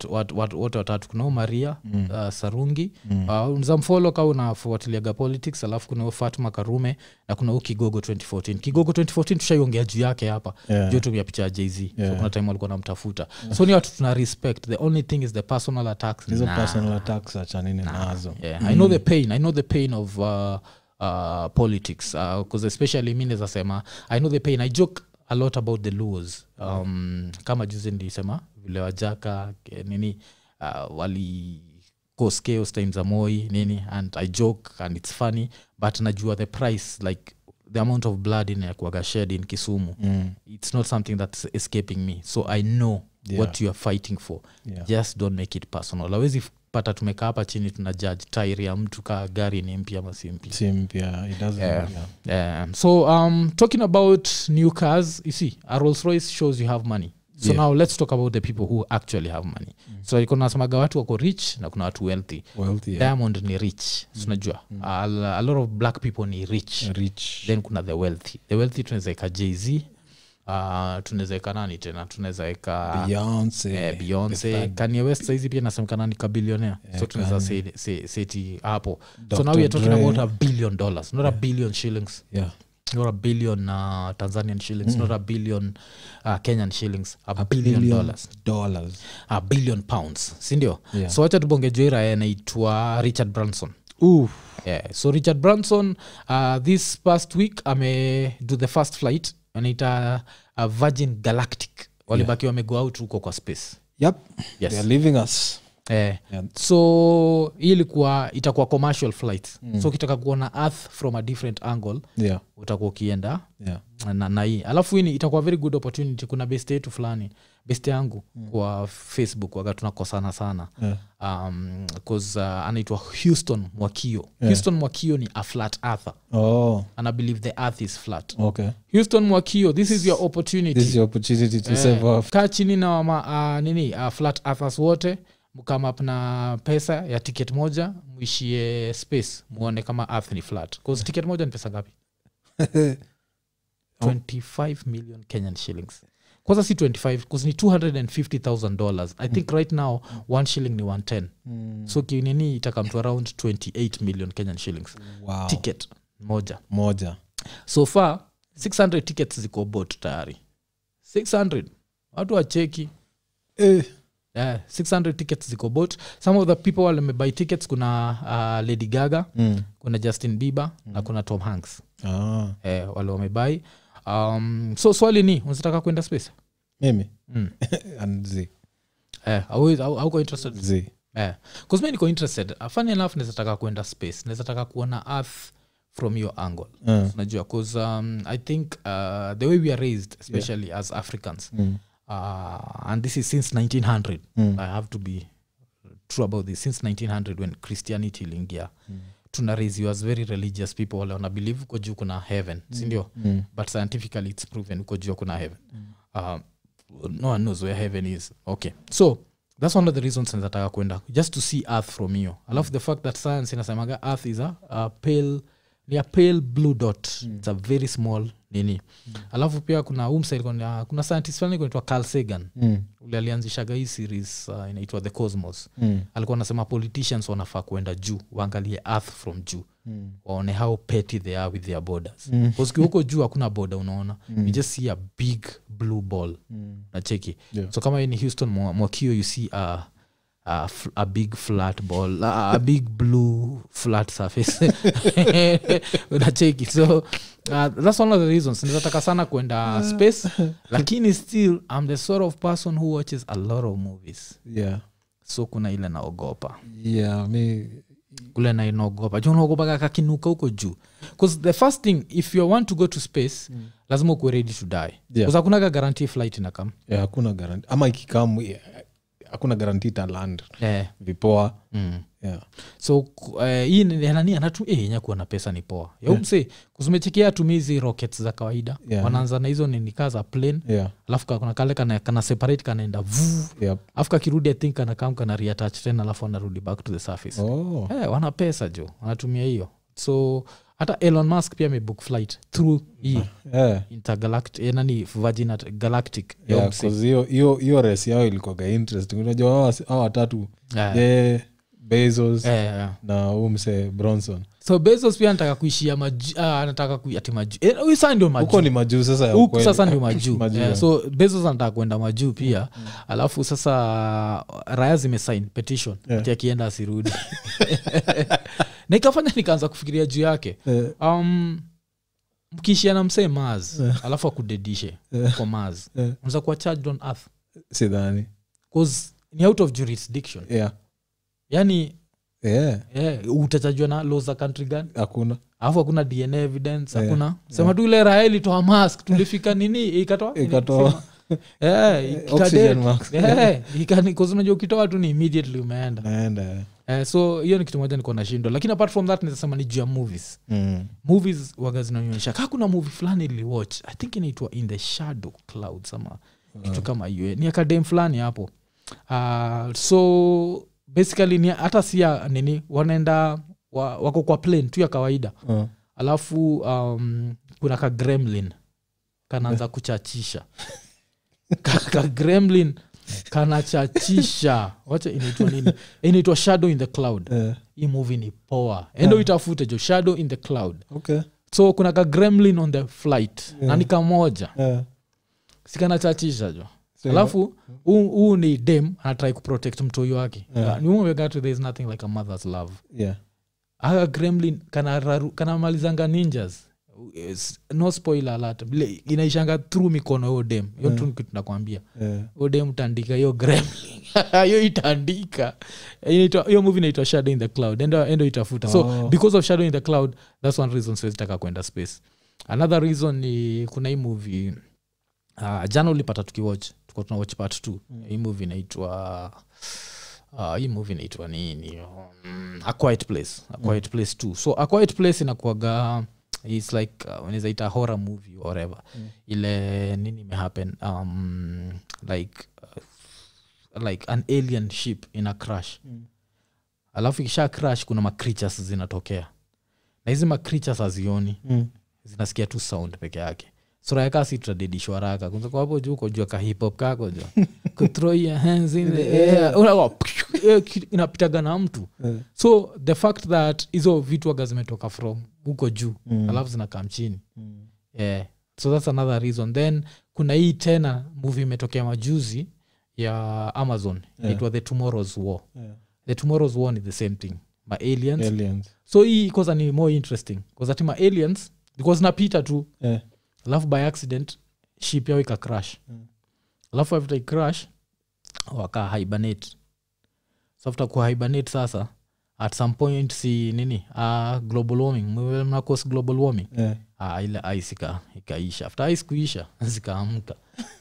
[SPEAKER 1] wote watatu kunao maria
[SPEAKER 2] Hmm.
[SPEAKER 1] mm. uh, sarungi mm. uh, zamfolo ka unafuatiliaga politics alafu kunao fatma karume na kunao kigogo 2014 kigogo 2014 tushaiongea juu yake hapa
[SPEAKER 2] Yeah.
[SPEAKER 1] juu tumia picha ya jz so
[SPEAKER 2] Yeah.
[SPEAKER 1] kuna time walikuwa namtafuta so ni watu tuna respect the only thing is the personal attacks
[SPEAKER 2] hizo
[SPEAKER 1] nah.
[SPEAKER 2] personal attacks achanini nazo
[SPEAKER 1] yeah. i know the pain i know the pain of uh, uh, politics because especially mi naeza sema i know the pain i joke a lot about the laws um, kama juzi nilisema vile wajaka eh, nini uh, wali cause chaos time za moi nini and i joke and it's funny but najua the price like the amount of blood inakuaga shed in kisumu mm. it's not something that's escaping me so i know yeah. what you are fighting for
[SPEAKER 2] Yeah.
[SPEAKER 1] just don't make it personal awezi pata tumekaa hapa chini tuna judge tairi ya mtu kaa gari ni mpya ama si mpya
[SPEAKER 2] Sim, yeah, it doesn't- yeah.
[SPEAKER 1] um, so um, talking about new cars you see a rolls royce shows you have money so yeah. now let's talk about the people who actually have money mm. so iko nasemaga watu wako rich na kuna watu wealthy
[SPEAKER 2] Wealthy, yeah.
[SPEAKER 1] diamond ni rich sinajua mm. a, a lot of black people ni rich
[SPEAKER 2] Rich.
[SPEAKER 1] then kuna the wealthy the wealthy tunaweza eka jz uh, tunaweza eka nani tena tunaweza eka
[SPEAKER 2] Beyonce.
[SPEAKER 1] eh, beyonce kanye west saizi pia inasemekana ni kabillionaire so tunaweza se- se- seti hapo so now
[SPEAKER 2] Dr.
[SPEAKER 1] weare talking
[SPEAKER 2] Dre.
[SPEAKER 1] about a billion dollars not a billion shillings
[SPEAKER 2] Yeah.
[SPEAKER 1] not a billion uh, tanzanian shillings not a billion uh, kenyan shillings a, billion, dollars
[SPEAKER 2] dollars
[SPEAKER 1] a billion pounds sindio
[SPEAKER 2] Yeah.
[SPEAKER 1] so wacha tubongejoira anaitwa richard branson yeah. so richard branson uh, this past week ame do the first flight anaita uh, virgin galactic walibaki wamego out huko kwa space
[SPEAKER 2] yep
[SPEAKER 1] Yes.
[SPEAKER 2] they're leaving us
[SPEAKER 1] eh,
[SPEAKER 2] Yeah.
[SPEAKER 1] so hii ilikuwa itakuwa commercial flight mm. so ukitaka kuona earth from a different angle
[SPEAKER 2] yeah
[SPEAKER 1] utakuwa ukienda
[SPEAKER 2] yeah
[SPEAKER 1] na, na hii alafu hii ni- itakuwa very good opportunity kuna best yetu fulani best yangu mm. kwa facebook waga tunakosana sana
[SPEAKER 2] Yeah.
[SPEAKER 1] um, 'cause, uh, anaitwa houston mwakio houston mwakio ni a flat earther
[SPEAKER 2] oh
[SPEAKER 1] and i believe the earth is flat
[SPEAKER 2] okay
[SPEAKER 1] houston mwakio this is your opportunity
[SPEAKER 2] this is your opportunity to save off
[SPEAKER 1] Eh. kaa chini na wama, uh, nini uh, flat earthers wote mkama na pesa ya ticket moja mwishie space muone kama earth ni flat 'Cause ticket moja ni pesa ngapi 25 million kenyan shillings kwanza si 25 'cause ni 250000 dollars i think right now one shilling ni 110 so kinini itakamtu around 28 million kenyan shillings
[SPEAKER 2] wow
[SPEAKER 1] ticket moja
[SPEAKER 2] moja
[SPEAKER 1] so far 600 tickets ziko bot tayari 600 watu wacheki
[SPEAKER 2] eh.
[SPEAKER 1] yeah, 600 tickets ziko bot some of the people walemebuy tickets kuna uh, lady gaga
[SPEAKER 2] mm.
[SPEAKER 1] kuna justin bieber na kuna tom hanks
[SPEAKER 2] ah.
[SPEAKER 1] eh, wale wamebuy um, so swali ni unataka kwenda space
[SPEAKER 2] mimi
[SPEAKER 1] Mm.
[SPEAKER 2] and z
[SPEAKER 1] eh, hauwezi- hau- hauko interested
[SPEAKER 2] z
[SPEAKER 1] eh. 'Cause mi niko interested Uh, funny enough nezataka kwenda space nezataka kuona earth from your angle
[SPEAKER 2] uh.
[SPEAKER 1] unajua bcause um, i think uh, the way we are raised especially yeah. as africans
[SPEAKER 2] mm.
[SPEAKER 1] uh, and this is since 1900
[SPEAKER 2] Mm.
[SPEAKER 1] i have to be true about this since 1900 when christianity iliingia mm. tuna raise you as very religious people wale wana believe huko juu kuna heaven sindio
[SPEAKER 2] Mm.
[SPEAKER 1] but scientifically it's proven huko juu kuna heaven um, no one knows where heaven is okay so that's one of the reasons nataka kwenda just to see earth from you alafu the fact that science inasemaga earth is a, a pale ni a pale blue dot it's a very small nini alafu pia kuna umsa ah, kuna scientist fulani kunaitwa carl sagan
[SPEAKER 2] Mm.
[SPEAKER 1] ule alianzishaga hii series uh, inaitwa the cosmos
[SPEAKER 2] Mm.
[SPEAKER 1] alikuwa anasema politicians wanafaa kuenda juu waangalie earth from juu
[SPEAKER 2] Mm.
[SPEAKER 1] waone how petty they are with their borders mm. huko juu hakuna border unaona mm. you just see a big blue ball
[SPEAKER 2] Mm.
[SPEAKER 1] nacheki
[SPEAKER 2] Yeah.
[SPEAKER 1] so kama hii ni houston Mwa- mwakio you see a, a, f- a big flat ball a, a big blue flat surface unacheki so uh, that's one of the reasons nizataka sana kwenda space lakini still i'm the sort of person who watches a lot of movies
[SPEAKER 2] yeah
[SPEAKER 1] so kuna ile naogopa
[SPEAKER 2] yeah me
[SPEAKER 1] kule na inaogopa ju unaogopaga kakinuka huko juu bcause the first thing if you want to go to space mm. lazima ukuwe ready to die
[SPEAKER 2] Yeah.
[SPEAKER 1] yeah. hakunaga garanti flight inakam
[SPEAKER 2] yeah, Eh, hakuna garanti ama ikikamu yeah, hakuna garanti italand
[SPEAKER 1] eh,
[SPEAKER 2] vipoa
[SPEAKER 1] mm.
[SPEAKER 2] yeah.
[SPEAKER 1] so ku- eh, hii ni- nani anatu eh, yenye kuwa na pesa ni poa yaumse yeah. kuzimechekia atumia hizi rockets za kawaida
[SPEAKER 2] Yeah.
[SPEAKER 1] wanaanza na hizo ninikaa za plane
[SPEAKER 2] Yeah.
[SPEAKER 1] alafu ka- kuna kale kana, kana separate kanaenda vu
[SPEAKER 2] Yep.
[SPEAKER 1] alafu kakirudi i think kanakam kana reattach tena alafu anarudi back to the surface
[SPEAKER 2] Oh.
[SPEAKER 1] Eh, wana pesa jo wanatumia hiyo so hata elon musk pia amebook flight through hii
[SPEAKER 2] Yeah.
[SPEAKER 1] intergalact- eh, nani virgin at- galactic ya
[SPEAKER 2] Yeah,
[SPEAKER 1] umse.
[SPEAKER 2] 'cause hiyo hiyo hiyo res yao ilikoga interesting unajua hao wasi- hao watatu
[SPEAKER 1] Eh,
[SPEAKER 2] yeah. bezos
[SPEAKER 1] eh, eh.
[SPEAKER 2] na huu msee bronson
[SPEAKER 1] so bezos pia anataka kuishia maju- ah, anataka kuati majuu eh, huyu saa ndio majuu
[SPEAKER 2] huko ni majuu sasa ya
[SPEAKER 1] huku
[SPEAKER 2] ukweli.
[SPEAKER 1] sasa ndio majuu
[SPEAKER 2] Majuu,
[SPEAKER 1] yeah,
[SPEAKER 2] yeah. Mm.
[SPEAKER 1] so bezos anataka kwenda majuu pia alafu sasa raya zimesign petition
[SPEAKER 2] Yeah.
[SPEAKER 1] yeah. akienda asirudi na ikafanya nikaanza kufikiria juu yake
[SPEAKER 2] Eh,
[SPEAKER 1] um, mkiishia na msee mars alafu akudedishe kwa mars
[SPEAKER 2] Yeah.
[SPEAKER 1] unaweza kuwa charged on earth
[SPEAKER 2] sidhani
[SPEAKER 1] cause ni out of jurisdiction
[SPEAKER 2] yeah.
[SPEAKER 1] yani
[SPEAKER 2] Yeah.
[SPEAKER 1] yeah, utachajwa Eh, na law za country gani
[SPEAKER 2] hakuna
[SPEAKER 1] alafu hakuna dna evidence
[SPEAKER 2] Yeah.
[SPEAKER 1] hakuna sema tu ile raha ilitoa mask tulifika nini ikatoa Eh,
[SPEAKER 2] ikatoa Eh, oxygen mask.
[SPEAKER 1] unajua ukitoa tu ni immediately umeenda
[SPEAKER 2] naenda yeah.
[SPEAKER 1] eh, so hiyo ni kitu moja niko nashindwa lakini apart from that nizasema ni juu ya movies
[SPEAKER 2] mm.
[SPEAKER 1] movies waga zinanionyesha kaa kuna movie fulani niliwatch i think inaitwa in the shadow clouds ama kitu kama hiyo ni akadem fulani hapo uh, so basically ni hata si ya nini wanaenda wa, wako kwa plane tu ya kawaida
[SPEAKER 2] uh.
[SPEAKER 1] alafu um, kuna ka gremlin kanaanza kuchachisha ka, ka gremlin kanachachisha wacha inaitwa nini inaitwa shadow in the cloud
[SPEAKER 2] yeah.
[SPEAKER 1] hii movie ni poa endo itafute jo shadow in the cloud
[SPEAKER 2] okay.
[SPEAKER 1] so kuna ka gremlin on the flight yeah. na ni kamoja
[SPEAKER 2] Eh,
[SPEAKER 1] sikanachachisha jo
[SPEAKER 2] So-
[SPEAKER 1] alafu huu huu ni dem anatrai kuprotect mtoi wake
[SPEAKER 2] Yeah.
[SPEAKER 1] yeah. niumegatu there is nothing like a mother's love
[SPEAKER 2] yeah.
[SPEAKER 1] aa gremlin kana raru- kanamalizanga ninjas Yes, no spoiler alert Bile- inaishanga through mikono yo dem yo tu kitu nakwambia
[SPEAKER 2] Eh,
[SPEAKER 1] yo dem itaandika hiyo gremlin yo itaandika Inaitwa- hiyo movie inaitwa shadow in the cloud enda enda itafuta so
[SPEAKER 2] Oh.
[SPEAKER 1] because of shadow in the cloud that's one reason siwezitaka kwenda space another reason ni kuna hii movie uh, jana ulipata tukiwatch tuko tuna watch part t hii movie inaitwa uh, hii movie inaitwa nini um, a quiet place a quiet place t so a quiet place inakuaga its like uh, unaweza ita horror movie or whatever ile nini imehappen um, like uh, like an alien ship ina crash alafu ikisha crash kuna macreatures zinatokea na hizi macreatures hazioni
[SPEAKER 2] Mm.
[SPEAKER 1] zinasikia tu sound peke yake sura yake asi tutadedishwa haraka kwanza kwa hapo juu kojua ka hip hop kako jo Ku throw your hands in the air. Unakuwa, hiyo kitu eh, inapitaga na mtu
[SPEAKER 2] Eh,
[SPEAKER 1] so the fact that hizo vitu aga zimetoka from huko juu alafu zinakam chini
[SPEAKER 2] mm.
[SPEAKER 1] yeah. so thats another reason then kuna hii tena movie imetokea majuzi ya amazon yeah. itwa the tomorrows war
[SPEAKER 2] Yeah.
[SPEAKER 1] the tomorrows war ni the same thing ma aliens yeah.
[SPEAKER 2] eh. Aliens.
[SPEAKER 1] so hii koza ni more interesting koza ma aliens because napita tu
[SPEAKER 2] Eh,
[SPEAKER 1] alafu by accident ship yao ikacrash
[SPEAKER 2] Mm.
[SPEAKER 1] alafu after icrash waka hibernate so after ku hibernate sasa at some point si nini uh, global warming mnakos global warming
[SPEAKER 2] eh,
[SPEAKER 1] ah, ile ice ika, ikaisha after ice kuisha zikaamka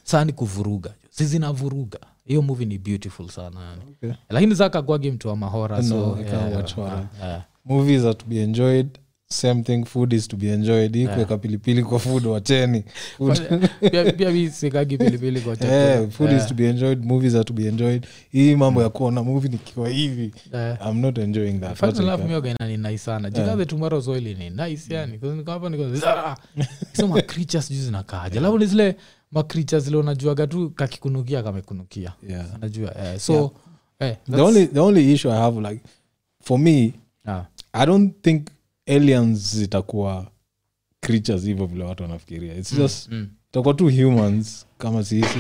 [SPEAKER 1] saa ni kuvuruga si zinavuruga hiyo movie ni beautiful sana yani.
[SPEAKER 2] Okay.
[SPEAKER 1] lakini zakagwagi mtu wa mahora so
[SPEAKER 2] No, I can't watch horror.
[SPEAKER 1] ah, yeah.
[SPEAKER 2] movies are to be enjoyed same thing food is to be enjoyed hii kuweka pilipili kwa food wacheni Food-
[SPEAKER 1] Pia- pia mi sikagi pilipili kwa
[SPEAKER 2] Eh,
[SPEAKER 1] chakula.
[SPEAKER 2] food is to be enjoyed movies are to be enjoyed hii mambo ya kuona movie nikiwa hivi
[SPEAKER 1] Eh.
[SPEAKER 2] i'm not enjoying that
[SPEAKER 1] Fat
[SPEAKER 2] Wacha
[SPEAKER 1] Love
[SPEAKER 2] ika-
[SPEAKER 1] Mioga ina ni nice sana
[SPEAKER 2] Eh.
[SPEAKER 1] jikaze tumaro zoili ni
[SPEAKER 2] Mm.
[SPEAKER 1] nice yani Kwa niko hapa niko "Zah!" hizo macreatures juu zinakaaja alafu ni zile macreatures zile unajuaga tu kakikunukia kamekunukia
[SPEAKER 2] Yeah.
[SPEAKER 1] najua eh, so
[SPEAKER 2] Yeah.
[SPEAKER 1] eh,
[SPEAKER 2] the
[SPEAKER 1] that's-
[SPEAKER 2] only the only issue i have like for me
[SPEAKER 1] ah,
[SPEAKER 2] i don't think aliens zitakuwa creatures hivyo vile watu wanafikiria its just
[SPEAKER 1] mm.
[SPEAKER 2] itakuwa tu humans kama sisi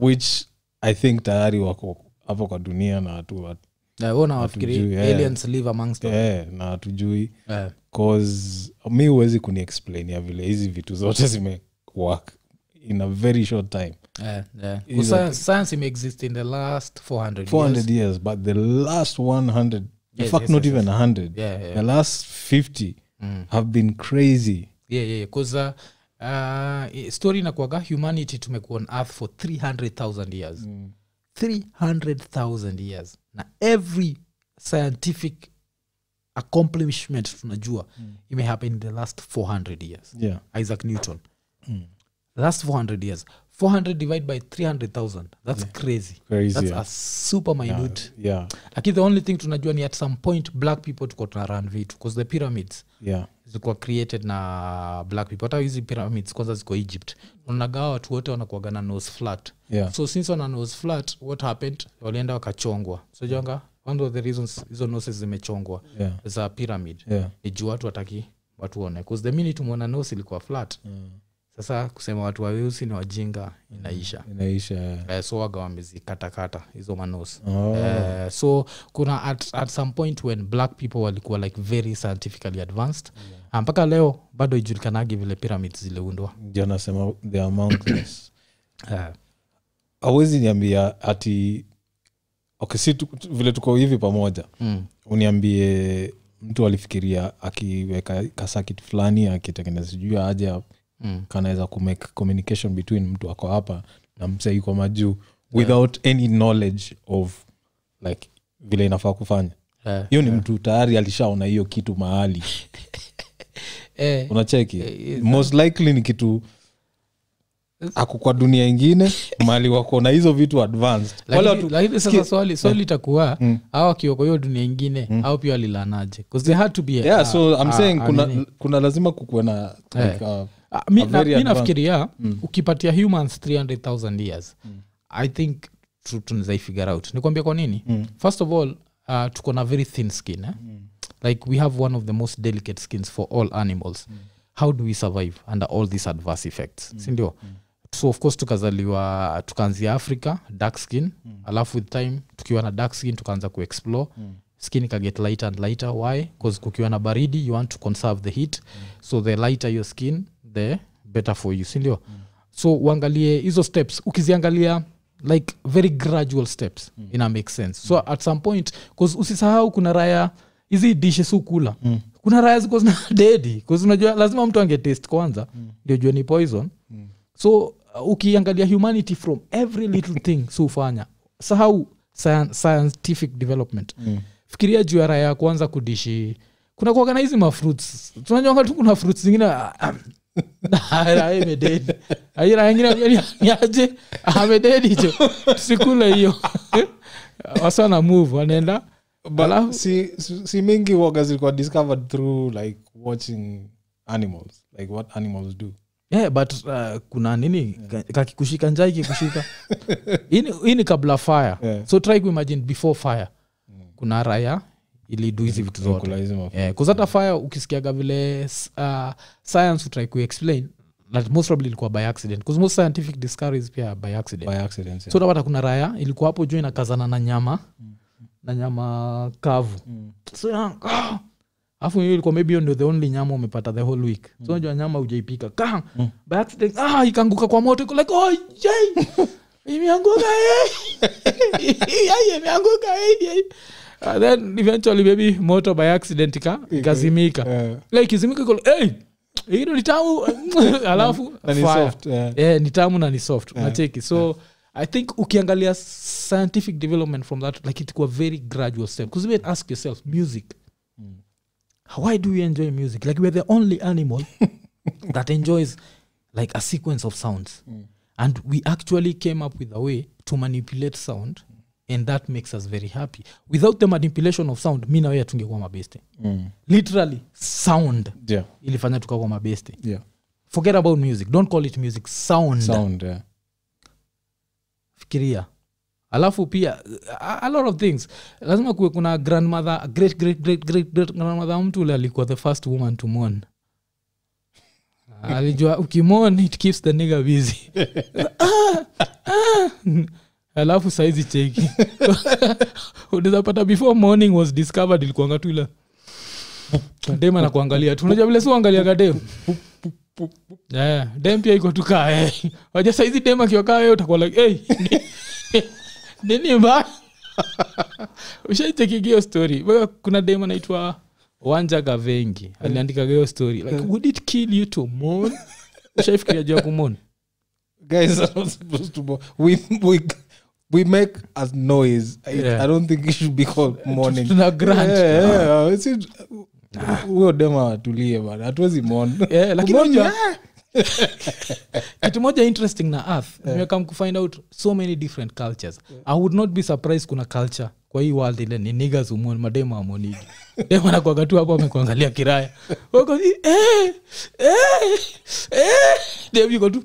[SPEAKER 2] which i think tayari wako hapo kwa dunia na watu wa-
[SPEAKER 1] Eh, wewe unawafikiri
[SPEAKER 2] Hatujui, eh.
[SPEAKER 1] aliens live amongst us?
[SPEAKER 2] eh, na hatujui
[SPEAKER 1] Eh,
[SPEAKER 2] cause mi huwezi kuniexplainia vile hizi vitu zote zime work in a very short time
[SPEAKER 1] eh, eh.
[SPEAKER 2] Hizo-
[SPEAKER 1] Science- science imeexist in the last 400
[SPEAKER 2] 400
[SPEAKER 1] years.
[SPEAKER 2] years but the last 100 in
[SPEAKER 1] Yes,
[SPEAKER 2] fact
[SPEAKER 1] yes,
[SPEAKER 2] not
[SPEAKER 1] yes,
[SPEAKER 2] even 100
[SPEAKER 1] Yeah, Mm. yeah.
[SPEAKER 2] the last 50 have been crazy
[SPEAKER 1] yeah, yeah, yeah. 'Cause, uh, uh, i- story inakuaga humanity tumekuwa on earth for 300000 years
[SPEAKER 2] Mm.
[SPEAKER 1] 300000 years na every scientific accomplishment tunajua mm. imehappen in the last 400 years
[SPEAKER 2] yeah
[SPEAKER 1] isaac newton mm. last 400 years 400 divided by 300000 that's yeah. crazy
[SPEAKER 2] Crazy,
[SPEAKER 1] that's
[SPEAKER 2] yeah.
[SPEAKER 1] a super minute
[SPEAKER 2] yeah
[SPEAKER 1] lakini the only thing tunajua ni at some point black people tuko tuna run vitu bcause the pyramids
[SPEAKER 2] yeah
[SPEAKER 1] zilikuwa created na black people hata hizi pyramids kwanza ziko egypt unagawa watu wote wanakuaga na nose flat
[SPEAKER 2] yeah
[SPEAKER 1] so since wana nose flat what happened walienda wakachongwa so jonga one of the reasons hizo noses zimechongwa
[SPEAKER 2] yeah
[SPEAKER 1] za pyramid
[SPEAKER 2] yeah
[SPEAKER 1] ni juu watu wataki watu waone 'Cause the minute umeona nose ilikuwa flat sasa kusema watu waweusi ni wajinga inaisha
[SPEAKER 2] inaisha yeah.
[SPEAKER 1] Eh, so waga wamezikatakata hizo manos
[SPEAKER 2] Oh.
[SPEAKER 1] Eh, so kuna at, at some point when black people walikuwa like very scientifically advanced yeah. mpaka leo bado ijulikanagi vile pyramids ziliundwa
[SPEAKER 2] ndio nasema they are mountains
[SPEAKER 1] Eh,
[SPEAKER 2] awezi niambia ati okay si tu, tu- vile tuko hivi pamoja
[SPEAKER 1] mm,
[SPEAKER 2] uniambie mtu alifikiria akiweka kasakit fulani akitengeneza sijui aje
[SPEAKER 1] mm.
[SPEAKER 2] kanaweza kumake communication between mtu ako hapa na msee iko majuu without any knowledge of like vile inafaa kufanya
[SPEAKER 1] Eh,
[SPEAKER 2] hiyo ni mtu tayari alishaona hiyo kitu mahali
[SPEAKER 1] eh,
[SPEAKER 2] unacheki most likely ni kitu ako kwa dunia ingine mahali wako na hizo vitu advanced wale
[SPEAKER 1] lakini-
[SPEAKER 2] watu
[SPEAKER 1] lakini sasa swali swali itakuwa
[SPEAKER 2] Mm.
[SPEAKER 1] au akiwako hiyo dunia ingine au pia walilanaje 'Cause they had to be
[SPEAKER 2] yeah so i'm
[SPEAKER 1] ah,
[SPEAKER 2] saying
[SPEAKER 1] ah,
[SPEAKER 2] kuna,
[SPEAKER 1] nini?
[SPEAKER 2] kuna lazima kukuwe na like, uh,
[SPEAKER 1] Ah, mi-
[SPEAKER 2] A
[SPEAKER 1] na-
[SPEAKER 2] very
[SPEAKER 1] mi
[SPEAKER 2] advanced-
[SPEAKER 1] nafikiria ukipatia humans 300000 years i think ah, tu- tunaweza ifigure out nikwambia kwa nini first of all uh, tuko na very thin skin eh? like we have one of the most delicate skins for all animals mm. how do we survive under all these adverse effects mm. sindio mm. so of course tukazaliwa tukaanzia africa dark skin mm. alafu with time tukiwa na dark skin tukaanza kuexplore mm skin ikaget lighter and lighter why bcause kukiwa na baridi you want to conserve the heat mm. so the lighter your skin the better for you sindio mm. so uangalie hizo steps ukiziangalia like very gradual steps mm. ina make sense so mm. at some point bcause usisahau kuna raya hizi dishes hukula mm. kuna raya ziko zina dedi bcause unajua lazima mtu ange test kwanza ndio mm. jua ni poison mm. so uh, ukiangalia humanity from every little thing so ufanya sahau science, scientific development mm fikiria juu ya raya ya kwanza kudishi kuna kuaga na hizi mafruits tunajua tu kuna fruits zingine ah, ah, raya imededi Ah, Hii raya ingine niaje amededi cho sikule hiyo wasa na move wanaenda
[SPEAKER 2] But si, si si mingi waga zilikuwa discovered through like watching animals like what animals do
[SPEAKER 1] yeah, but uh, kuna nini yeah. kakikushika njaa ikikushika hii ni kabla fire
[SPEAKER 2] Yeah.
[SPEAKER 1] so try kuimagine before fire kuna raya ilidu hizi vitu
[SPEAKER 2] Kula
[SPEAKER 1] zote
[SPEAKER 2] hizi mafu-
[SPEAKER 1] Eh, 'cause hata fire ukisikiaga vile s- uh, science utrai kuexplain that most probably ilikuwa by accident 'Cause most scientific discoveries pia by accident
[SPEAKER 2] by accident yeah.
[SPEAKER 1] so utapata kuna raya ilikuwa hapo juu inakazana na nyama na nyama kavu mm. so ya- ah! alafu hiyo ilikuwa maybe hiyo ndio the only nyama umepata the whole week
[SPEAKER 2] Mm.
[SPEAKER 1] so unajua nyama ujaipika ka by accident ah ikaanguka kwa moto iko like oh jay imeanguka eh yai imeanguka eh yai And then eventually maybe moto by accident ika ikazimika
[SPEAKER 2] eh.
[SPEAKER 1] like ikizimika iko like, hey hilo ni tamu alafu
[SPEAKER 2] Na ni
[SPEAKER 1] fire
[SPEAKER 2] soft, eh.
[SPEAKER 1] yeah, ni tamu na ni soft unacheki so i think ukiangalia scientific development from that like it were very gradual step because even ask yourself music why do we enjoy music like we're the only animal that enjoys like a sequence of sounds and we actually came up with a way to manipulate sound and that makes us very happy without the manipulation of sound mi nawe atungekuwa mabeste
[SPEAKER 2] Mm.
[SPEAKER 1] literally sound
[SPEAKER 2] yeah
[SPEAKER 1] ilifanya tukakuwa mabeste
[SPEAKER 2] yeah
[SPEAKER 1] forget about music don't call it music sound,
[SPEAKER 2] sound yeah
[SPEAKER 1] fikiria alafu pia a, a lot of things lazima kuwe kuna grandmother great great great great great grandmother wa mtu ule alikuwa the first woman to mourn alijua ukimon it keeps the nigger busy Ah, ah. alafu saizi cheki unawezapata before morning was discovered ilikuanga tu ile dem anakuangalia tu unajua vile si uangaliaga dem yeah. Eh, dem pia iko tukaa eh. waja saizi dem akiwakaa wewe utakuwa like hey, ni- nini mbaya ushaichekiga hiyo story Mpaka kuna dem anaitwa wanja gavengi aliandikaga hiyo story like would it kill you to mourn ushaifikiria juu ya kumon
[SPEAKER 2] guys are not supposed to mourn. We we we make a noise. I,
[SPEAKER 1] Yeah. Eh,
[SPEAKER 2] I don't think it should be called morning.
[SPEAKER 1] tuna grant.
[SPEAKER 2] Yeah,
[SPEAKER 1] Ah.
[SPEAKER 2] yeah. It's it. huyo dema atulie bana hatuwezi mon
[SPEAKER 1] Yeah, lakini
[SPEAKER 2] Mon-
[SPEAKER 1] unajua-
[SPEAKER 2] yeah.
[SPEAKER 1] kitu moja interesting na earth nimekam kufind out so many different cultures i would not be surprised kuna culture kwa hii world ile ni nigas umoni mademu amonigi dem anakwaga tu hapo amekuangalia kiraya wako eh, eh, eh. dem yuko tu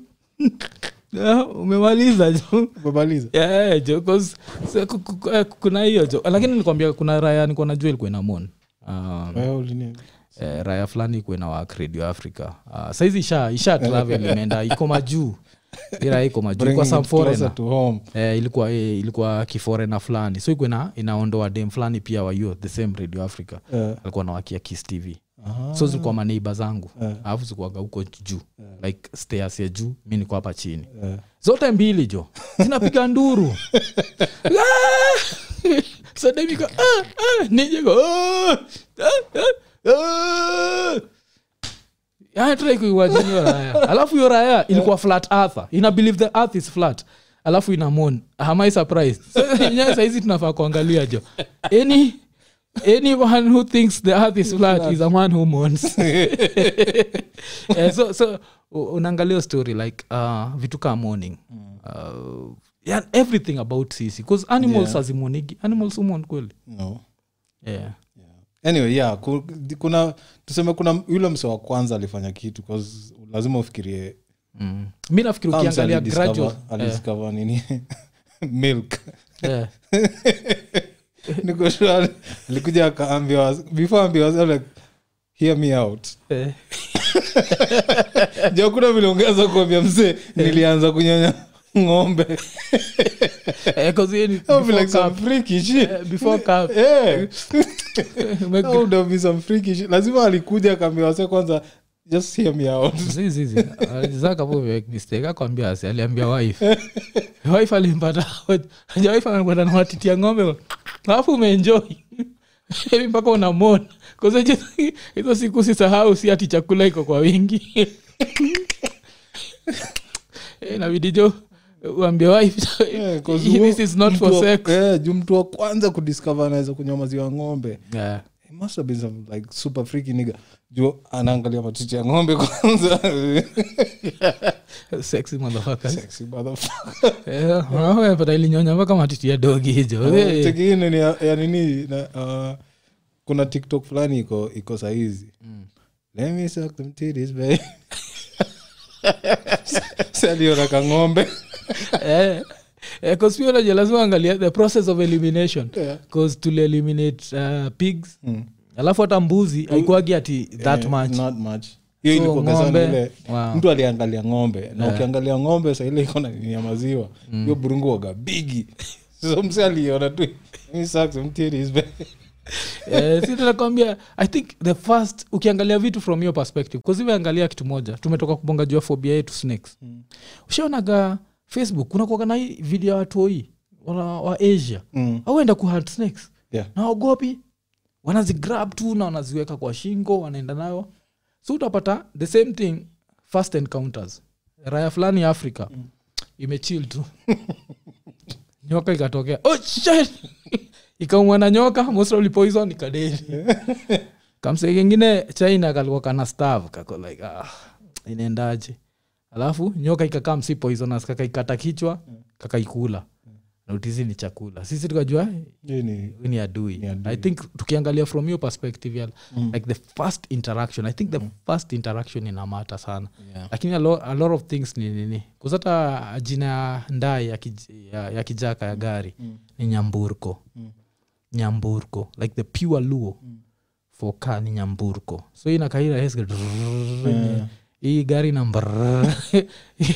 [SPEAKER 1] "Ah, umemaliza jo
[SPEAKER 2] Umemaliza?
[SPEAKER 1] Yeah, jo, 'cause, so, ku- ku- ku- eh, kuna hiyo jo lakini nilikwambia kuna raya nikuwa najua ilikuwa inamon um,
[SPEAKER 2] Wewe ulini-
[SPEAKER 1] eh, raya fulani ikuwe na wak radio africa uh, saizi isha isha travel imeenda iko majuu Hii raya iko majuu
[SPEAKER 2] bringing
[SPEAKER 1] kwa
[SPEAKER 2] it
[SPEAKER 1] some foreigner
[SPEAKER 2] closer to home.
[SPEAKER 1] eh, ilikuwa eh, ilikuwa kiforena fulani so ikuwe na inaondoa dem fulani pia wa youth the same radio africa
[SPEAKER 2] Eh.
[SPEAKER 1] alikuwa nawakia kis tv
[SPEAKER 2] Ah. Eh.
[SPEAKER 1] so zilikuwa maneiba zangu alafu zikuaga huko juu like stairs ya juu mi niko hapa chini
[SPEAKER 2] Eh.
[SPEAKER 1] zote mbili jo zinapiga nduru Ah! sademika ah," nijeko "Ah, kuiwajinio raya alafu hiyo raya ilikuwa flat earther ina believe the earth is flat alafu ina moon am i surprised So, yenyewe saizi tunafaa kuangalia jo any anyone who thinks the earth is flat is a man who mourns yeah, so, so u- unaangalia story like uh, vitu kaa morning uh, yeah, everything about sisi bcause animals yeah. azimonigi animals umon kweli
[SPEAKER 2] No.
[SPEAKER 1] yeah.
[SPEAKER 2] anyway yeah ku- di- kuna tuseme kuna yule mse wa kwanza alifanya kitu 'cause lazima ufikirie
[SPEAKER 1] mm. mi nafikiri
[SPEAKER 2] Kama mse
[SPEAKER 1] ukiangalia eh.
[SPEAKER 2] alidiscover-
[SPEAKER 1] gradual
[SPEAKER 2] alidiscover nini milk
[SPEAKER 1] yeah.
[SPEAKER 2] niko sure alikuja akaambia waz- before ambia wazee, like hear me out
[SPEAKER 1] Eh.
[SPEAKER 2] jo kuna vile ungeweza kuambia mzee nilianza kunyonya ng'ombe
[SPEAKER 1] Eh, 'cause yeye ni
[SPEAKER 2] That would be
[SPEAKER 1] before
[SPEAKER 2] like some
[SPEAKER 1] cup.
[SPEAKER 2] freaky shit.
[SPEAKER 1] Eh, before cup.
[SPEAKER 2] Eh.
[SPEAKER 1] Ume-
[SPEAKER 2] That would have been some freaky shit. lazima alikuja akaambia wase kwanza just hear me out
[SPEAKER 1] Zi- zi- zi. Alizaka po make mistake akwambia asi aliambia wife wife alimpata aja wife amekwenda na watitia ng'ombe alafu umeenjoi hivi mpaka unamona kaza hizo siku sisahau si ati chakula iko kwa wingi Eh, inabidi jo uambie wife
[SPEAKER 2] Yeah, Eh, 'cause huo-
[SPEAKER 1] this is not for
[SPEAKER 2] mtu wa-
[SPEAKER 1] sex
[SPEAKER 2] eh, juu mtu wa kwanza kudiscover anaweza kunywa maziwa ya ng'ombe
[SPEAKER 1] yeah.
[SPEAKER 2] It must have been some, like super freaky nigga juu anaangalia matiti ya ng'ombe kwanza
[SPEAKER 1] sexy motherfuckers
[SPEAKER 2] Sexy motherfucker.
[SPEAKER 1] Eh, unaona, pata ilinyonya mpaka matiti ya dogi hizo Eh.
[SPEAKER 2] Cheki hii nini ya ya nini na, uh, kuna tiktok fulani iko iko sahizi
[SPEAKER 1] Mm.
[SPEAKER 2] let me suck them titties babe saliona kang'ombe
[SPEAKER 1] Eh, eh, 'cause pia unajua lazima angalia the process of elimination
[SPEAKER 2] Yeah. Mm.
[SPEAKER 1] bcause tulieliminate uh, pigs alafu hata mbuzi haikuagi ati that
[SPEAKER 2] Eh,
[SPEAKER 1] much
[SPEAKER 2] not much hiyo
[SPEAKER 1] So,
[SPEAKER 2] ilikuwa kasa
[SPEAKER 1] ng'ombe,
[SPEAKER 2] ile
[SPEAKER 1] wow.
[SPEAKER 2] mtu aliangalia ng'ombe na ukiangalia ng'ombe saa ile iko na nini ya maziwa
[SPEAKER 1] Mm.
[SPEAKER 2] hiyo burungu waga bigi so mse aliona tu "He sucks some titties, babe."
[SPEAKER 1] Eh, si tunakwambia i think the first ukiangalia vitu from your perspective bcause imeangalia kitu moja tumetoka kubonga juu ya phobia yetu snakes
[SPEAKER 2] Mm.
[SPEAKER 1] ushaonaga facebook kunakuaga na hii video ya watu hii wana- wa asia
[SPEAKER 2] Mm,
[SPEAKER 1] auenda kuhunt snakes
[SPEAKER 2] yeah.
[SPEAKER 1] na waogopi wanazigrab tu na wanaziweka kwa shingo wanaenda nayo so utapata the same thing first encounters raya fulani ya africa mm. imechil tu nyoka ikatokea oh, shit! ikaumwa na nyoka most probably poison ikadeli kamse kengine china kalikuwa kana stav kako like ah, inaendaje alafu nyoka ikakaa msi poisonous kaka ikata kichwa kaka ikula nautizi ni chakula sisi tukajua
[SPEAKER 2] Hiyo ni-
[SPEAKER 1] ni adui.
[SPEAKER 2] Ni adui. Mm.
[SPEAKER 1] i think tukiangalia from your perspective ya, like the first interaction i think the first interaction inamata sana
[SPEAKER 2] Yeah.
[SPEAKER 1] lakini a, lo, a lot of things ni nini kuzata jina ya ndai ya, kij, ya, ya kijaka ya gari
[SPEAKER 2] Mm.
[SPEAKER 1] ni nyamburko nyamburko like the pure luo
[SPEAKER 2] Mm.
[SPEAKER 1] for ka ni nyamburko so hii nakaira hes- hii gari namba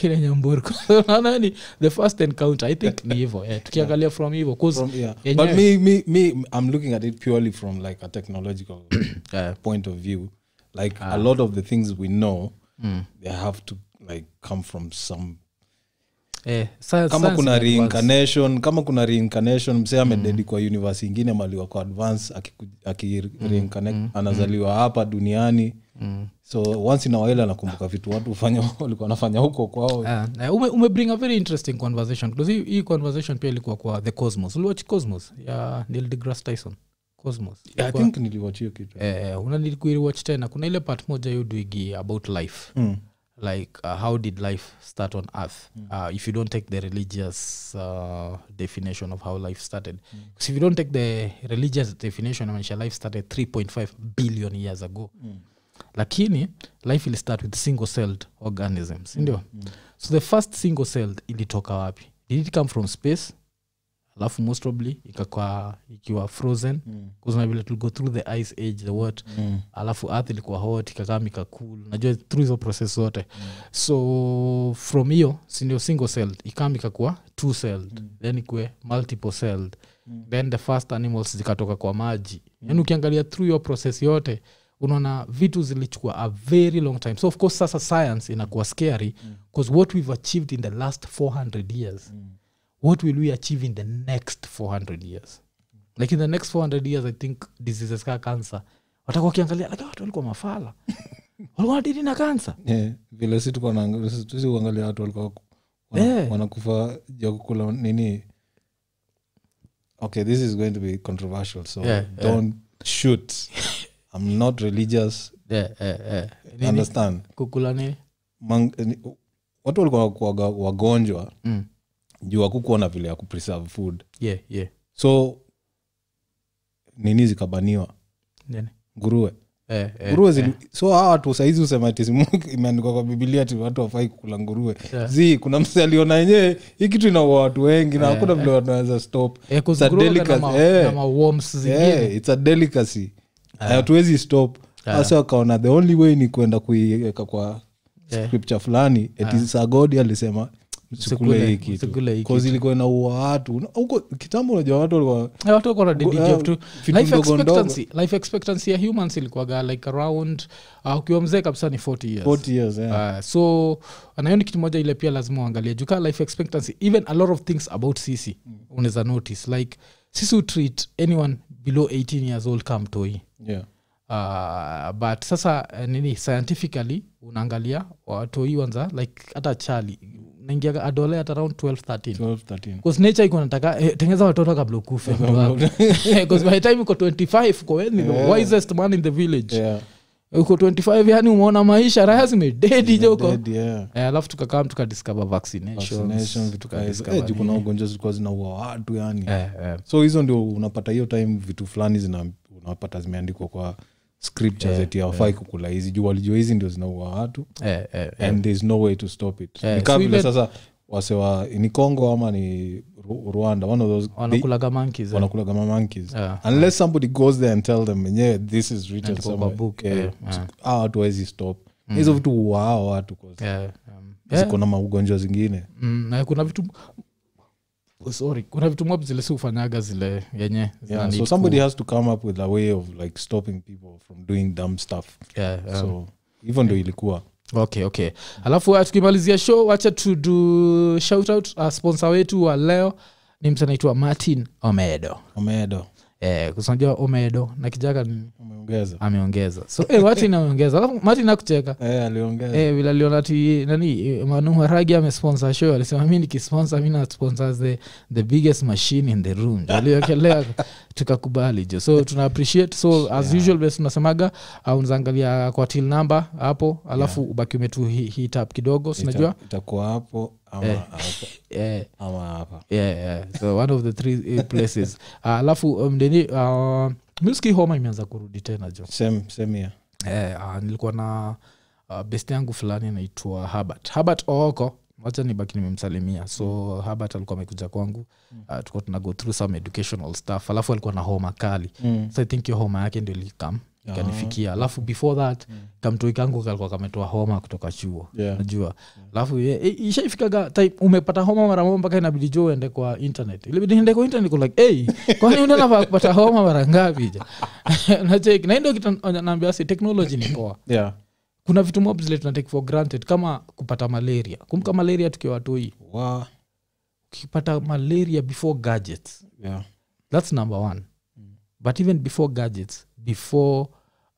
[SPEAKER 1] ile nyamburko So, unaona ni the first encounter i think ni hivo eh, tukiangalia from hivo 'cause
[SPEAKER 2] From- yeah.
[SPEAKER 1] yenyewe-
[SPEAKER 2] but me, me, me i'm looking at it purely from like a technological uh,
[SPEAKER 1] Eh.
[SPEAKER 2] point of view like a lot of the things we know they have to like come from some
[SPEAKER 1] Eh, science-
[SPEAKER 2] kama
[SPEAKER 1] science ni
[SPEAKER 2] kuna
[SPEAKER 1] advanced.
[SPEAKER 2] reincarnation kama kuna reincarnation msee amededi kwa universe ingine maliwa kwa advance akireincarnate anazaliwa hapa duniani so once in a while anakumbuka vitu watu hufanya walikuwa wanafanya huko kwao
[SPEAKER 1] Ah, na ume, ume bring a very interesting conversation because hii, hii conversation pia ilikuwa kwa the cosmos uliwatch cosmos ya neil degrasse tyson cosmos
[SPEAKER 2] i think niliwachio kitu
[SPEAKER 1] eh, unanikuiriwatch tena kuna ile part moja yudwigi about life mm. like uh, how did life start on earth mm. uh, if you don't take the religious uh, definition of how life started mm. if you don't take the religious definition amaanisha life started 3.5 billion years ago mm. lakini life ili start with single celled organism sindio mm. so the first single celled ilitoka wapi did it come from space alafu most probably ikakwa ikiwa frozen kuzna vile tuligo through the ice age the what mm. alafu earth ilikuwa hot ikakaa ikakul najua through hizo process zote mm. so from hiyo sindio single celled ikam ikakuwa two celled mm. then ikue multiple celled mm. then the first animals zikatoka kwa maji mm. yaani ukiangalia through hiyo process yote unaona vitu zilichukua a very long time so of course sasa science inakuwa scary because what we've achieved in the last 400 years mm what will we achieve in the next 400 years like in the next 400 years i think diseases ka cancer watakuwa wakiangalia like "Ah, watu walikuwa mafala walikuwa nadiri na kansa
[SPEAKER 2] Eh, vile si tuko naangalia- si- si uangalia watu walikuwa
[SPEAKER 1] Eh.
[SPEAKER 2] wana- wanakufa ja kukula nini okay this is going to be controversial so
[SPEAKER 1] Yeah,
[SPEAKER 2] don't shoot i'm not religious
[SPEAKER 1] yeah, yeah, yeah. Nini?
[SPEAKER 2] understand
[SPEAKER 1] kukula nini
[SPEAKER 2] Mang, ni- watu walikuwa waga- wagonjwa
[SPEAKER 1] mm.
[SPEAKER 2] juu hakukuwa na vile ya kupreserve food
[SPEAKER 1] yeah, yeah.
[SPEAKER 2] so nini zikabaniwa
[SPEAKER 1] Nini?
[SPEAKER 2] nguruwe
[SPEAKER 1] eh, eh,
[SPEAKER 2] nguruwe zili, so hawa watu saizi usema tisimu imeandikwa kwa bibilia ti watu wafai kukula nguruwe zi kuna mse aliona yenyewe hii kitu inaua watu wengi na hakuna vile watu wanaweza stop
[SPEAKER 1] Eh, 'cause
[SPEAKER 2] It's a
[SPEAKER 1] nguruwe wana
[SPEAKER 2] delicacy,
[SPEAKER 1] ma-
[SPEAKER 2] eh.
[SPEAKER 1] na ma worms zingine Ah.
[SPEAKER 2] yeah, it's a delicacy Na hatuwezi stop hasa wakaona the only way ni kwenda kuiweka kwa
[SPEAKER 1] Yeah.
[SPEAKER 2] scripture fulani eti sagodi alisema
[SPEAKER 1] Msikule-
[SPEAKER 2] msikule hii kitu
[SPEAKER 1] Ah. msikule hii
[SPEAKER 2] Cause ilikuwa inaua watu Na- huko kitambo unajua watu walikuwa
[SPEAKER 1] Eh, watu wako na dedijia tu.
[SPEAKER 2] eh, vitu
[SPEAKER 1] Life
[SPEAKER 2] ndogo ndogo.
[SPEAKER 1] expectancy- life expectancy ya humans ilikuwaga like around uh, ukiwa mzee kabisa ni 40 years
[SPEAKER 2] 40 years eh. yeah.
[SPEAKER 1] Uh, so nayo ni kitu moja ile pia lazima uangalie juu kaa life expectancy even a lot of things about sisi
[SPEAKER 2] Mm.
[SPEAKER 1] unaweza notice like sisi utreat anyone below 18 years old kam toi
[SPEAKER 2] yeah.
[SPEAKER 1] uh, but sasa eh, nini scientifically unaangalia watoi wanza like hata chali naingiaga adole at around 12 13
[SPEAKER 2] 12, 13.
[SPEAKER 1] Because nature iko nataka eh, tengeza watoto kabla ukufe mtu wako. Because by the time uko 25 uko wewe ni the wisest man in the village
[SPEAKER 2] Yeah.
[SPEAKER 1] uko 25 yani umeona maisha raya zimededi je uko
[SPEAKER 2] Dead, yeah.
[SPEAKER 1] Eh, alafu tukakam tukadiscover
[SPEAKER 2] Vaccination,
[SPEAKER 1] vaccinations
[SPEAKER 2] vitu kama hizo.
[SPEAKER 1] tukadiscover
[SPEAKER 2] Eh, juu kuna
[SPEAKER 1] nini.
[SPEAKER 2] ugonjwa zilikuwa zinaua watu yani
[SPEAKER 1] Eh, eh.
[SPEAKER 2] so hizo ndio unapata hiyo time vitu fulani zina unapata zimeandikwa kwa scriptures yeah, eti hawafai kukula hizi juu walijua hizi ndio zinaua watu
[SPEAKER 1] Eh, eh, eh.
[SPEAKER 2] and there's no way to stop it
[SPEAKER 1] Eh,
[SPEAKER 2] ni kama
[SPEAKER 1] so
[SPEAKER 2] vile
[SPEAKER 1] ile-
[SPEAKER 2] sasa wasewa ni congo ama ni Ru- rwanda one of those they-
[SPEAKER 1] wanakulaga monkeys eh.
[SPEAKER 2] wanakula kama monkeys
[SPEAKER 1] Yeah.
[SPEAKER 2] unless somebody goes there and tell them enyewe this is written
[SPEAKER 1] Andikwa Eh, kwa
[SPEAKER 2] somewhere."
[SPEAKER 1] book,
[SPEAKER 2] Eh,
[SPEAKER 1] eh,
[SPEAKER 2] so- hawa watu hawezi stop Na hizo vitu uwao watu 'cause
[SPEAKER 1] Eh, um, eh,
[SPEAKER 2] ziko na maugonjwa zingine
[SPEAKER 1] mm, na kuna vitu oh, sorry kuna vitu mob zile si ufanyaga zile yenye zina
[SPEAKER 2] yeah, so
[SPEAKER 1] need
[SPEAKER 2] somebody has to come up with a way of like stopping people from doing dumb stuff
[SPEAKER 1] ku- eh, eh.
[SPEAKER 2] so hivyo ndo ilikuwa
[SPEAKER 1] okay okay alafu uh, tukimalizia show wacha tudu shoutout uh, sponsor wetu wa leo ni mtu anaitwa martin omedo
[SPEAKER 2] ameedo
[SPEAKER 1] eh, kusanjua omedo na kijaka ni-
[SPEAKER 2] ameongeza
[SPEAKER 1] ameongeza so eh, martin ameongeza alafu martin akucheka
[SPEAKER 2] eh, aliongeza
[SPEAKER 1] Eh, vile aliona ti nani eh, Manu Maragi amesponsor show alisema mi nikisponsor mi nasponsor the, the biggest machine in the room aliokelea tukakubali jo so tuna appreciate so as usual bes tunasemaga uh, unazaangalia kwa til number hapo alafu ubaki umetu hi- hit up kidogo
[SPEAKER 2] Ita-
[SPEAKER 1] sinajua
[SPEAKER 2] itakuwa hapo ama hapa
[SPEAKER 1] eh,
[SPEAKER 2] ama hapa
[SPEAKER 1] yeah, yeah. so one of the three eh, places Ah, alafu um, nini uh, muski homa imeanza kurudi tena jo
[SPEAKER 2] Sem- semia
[SPEAKER 1] eh, ah, nilikuwa na uh, best yangu fulani anaitwa habert habert ooko wacha nibaki nimemsalimia so habert alikuwa amekuja kwangu uh, tulikuwa tuna go through some educational stuff alafu alikuwa na homa kali
[SPEAKER 2] Mm.
[SPEAKER 1] so i think hiyo homa yake ndio ilikam ikanifikia alafu before that kamtoi kangu kalikuwa kametoa homa kutoka chuo
[SPEAKER 2] Yeah.
[SPEAKER 1] najua alafu ye- i- ishaifikaga type umepata homa mara moja mpaka inabidi jo uende kwa internet ilibidi niende kwa internet kulike hey, kwani mtu anafaa kupata homa mara ngapi ja nacheki na indo kitanaambia si technology ni poa
[SPEAKER 2] yeah
[SPEAKER 1] kuna vitu mob zile tunatake for granted kama kupata malaria kumka malaria tukiwa watoi
[SPEAKER 2] wa
[SPEAKER 1] ukipata malaria before gadgets
[SPEAKER 2] yeah
[SPEAKER 1] that's number one but even before gadgets before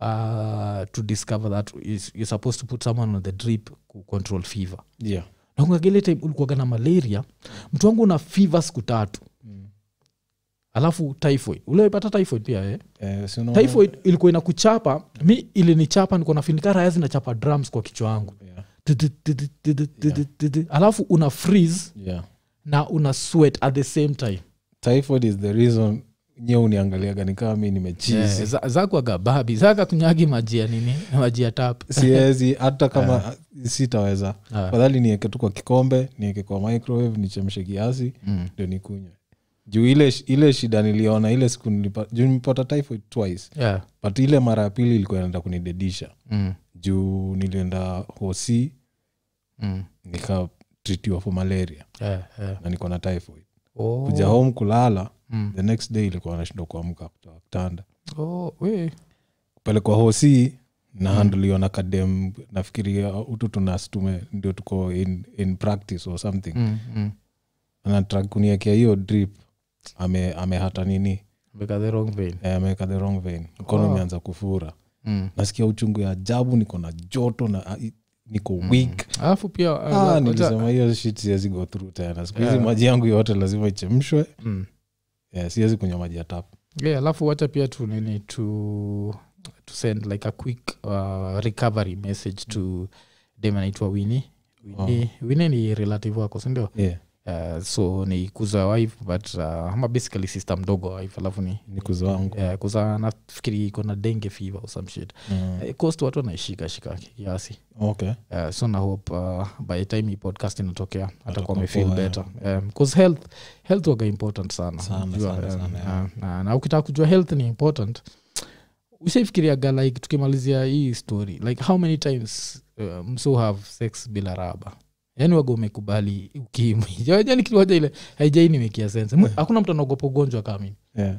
[SPEAKER 1] uh, to discover that is, you're supposed to put someone on the drip ku control fever
[SPEAKER 2] yeah
[SPEAKER 1] nakungagile time ulikuwaga na malaria mtu wangu una fever siku tatu alafu typhoid uliwaipata typhoid pia eh?
[SPEAKER 2] eh, si unaona-
[SPEAKER 1] typhoid ilikuwa inakuchapa mi ilinichapa niko nafinika raya zinachapa drums kwa kichwa yangu
[SPEAKER 2] yeah
[SPEAKER 1] Tudu, tudu, tudu, tudu, tudu. alafu una freeze
[SPEAKER 2] yeah
[SPEAKER 1] na una sweat at the same time
[SPEAKER 2] typhoid is the reason nyewe uniangaliaga nikaa mi nimechizi
[SPEAKER 1] Eh, za- zakwaga babi zaka kunyagi maji ya nini maji ya tap
[SPEAKER 2] siwezi hata kama sitaweza
[SPEAKER 1] Ah.
[SPEAKER 2] fadhali nieke tu kwa kikombe nieke kwa microwave nichemshe kiasi
[SPEAKER 1] Mm.
[SPEAKER 2] ndio nikunywe juu ile, ile shida niliona ile siku nilipa- juu nimepata typhoid twice
[SPEAKER 1] yeah.
[SPEAKER 2] but ile mara ya pili ilikuwa inaenda kunidedisha
[SPEAKER 1] mm.
[SPEAKER 2] juu nilienda hosi
[SPEAKER 1] Mm.
[SPEAKER 2] nikatritiwa for malaria
[SPEAKER 1] Yeah, yeah.
[SPEAKER 2] na niko na typhoid
[SPEAKER 1] Oh,
[SPEAKER 2] kuja home kulala
[SPEAKER 1] Mm.
[SPEAKER 2] the next day ilikuwa nashindwa kuamka kutoka kitanda
[SPEAKER 1] oh, we.
[SPEAKER 2] kupelekwa hosi nahandliwa na kadem nafikiri utu tunastume ndio tuko in, in practice or something
[SPEAKER 1] Mm, mm.
[SPEAKER 2] anatrak kuniekea hiyo drip ame amehata nini
[SPEAKER 1] Because the wrong vein.
[SPEAKER 2] Eh, ameweka the wrong vein mkono umeanza kufura
[SPEAKER 1] Mm.
[SPEAKER 2] nasikia uchungu ya ajabu niko na joto na ah, i- niko
[SPEAKER 1] Mm.
[SPEAKER 2] weak
[SPEAKER 1] alafu pia eh,
[SPEAKER 2] ah,
[SPEAKER 1] wacha-
[SPEAKER 2] nilisema hiyo shit siwezi go through tena siku hizi maji yangu yote lazima ichemshwe
[SPEAKER 1] Mm.
[SPEAKER 2] yeah, siwezi kunywa maji ya tap
[SPEAKER 1] yeah, alafu wacha pia tu nini to, to send like a quick uh, recovery message to dem anaitwa wini wini ni relative wako sindio
[SPEAKER 2] yeah.
[SPEAKER 1] uh, so ni kuza wife but uh, ama basically sister mdogo wa wife alafu ni
[SPEAKER 2] ni kuzo wangu
[SPEAKER 1] eh, kuza nafikiri iko na denge fever or some shit
[SPEAKER 2] Mm.
[SPEAKER 1] Eh, coast watu wanaishikashika kiasi
[SPEAKER 2] okay
[SPEAKER 1] uh, so na hope uh, by the time hii podcast inatokea atakuwa
[SPEAKER 2] Atakuwa
[SPEAKER 1] amefeel
[SPEAKER 2] poa,
[SPEAKER 1] better um, 'cause health health waga important sana
[SPEAKER 2] Sana,
[SPEAKER 1] unajua,
[SPEAKER 2] sana, sana,
[SPEAKER 1] um,
[SPEAKER 2] yeah.
[SPEAKER 1] uh, na, na ukitaka kujua health ni important ushaifikiriaga like tukimalizia hii story like how many times uh, mso have sex bila raba yaani waga umekubali Yaani ukimwiani kituaja ile haijai nimekia sense Mu- hakuna mtu anaogopa ugonjwa kama mimi
[SPEAKER 2] yeah.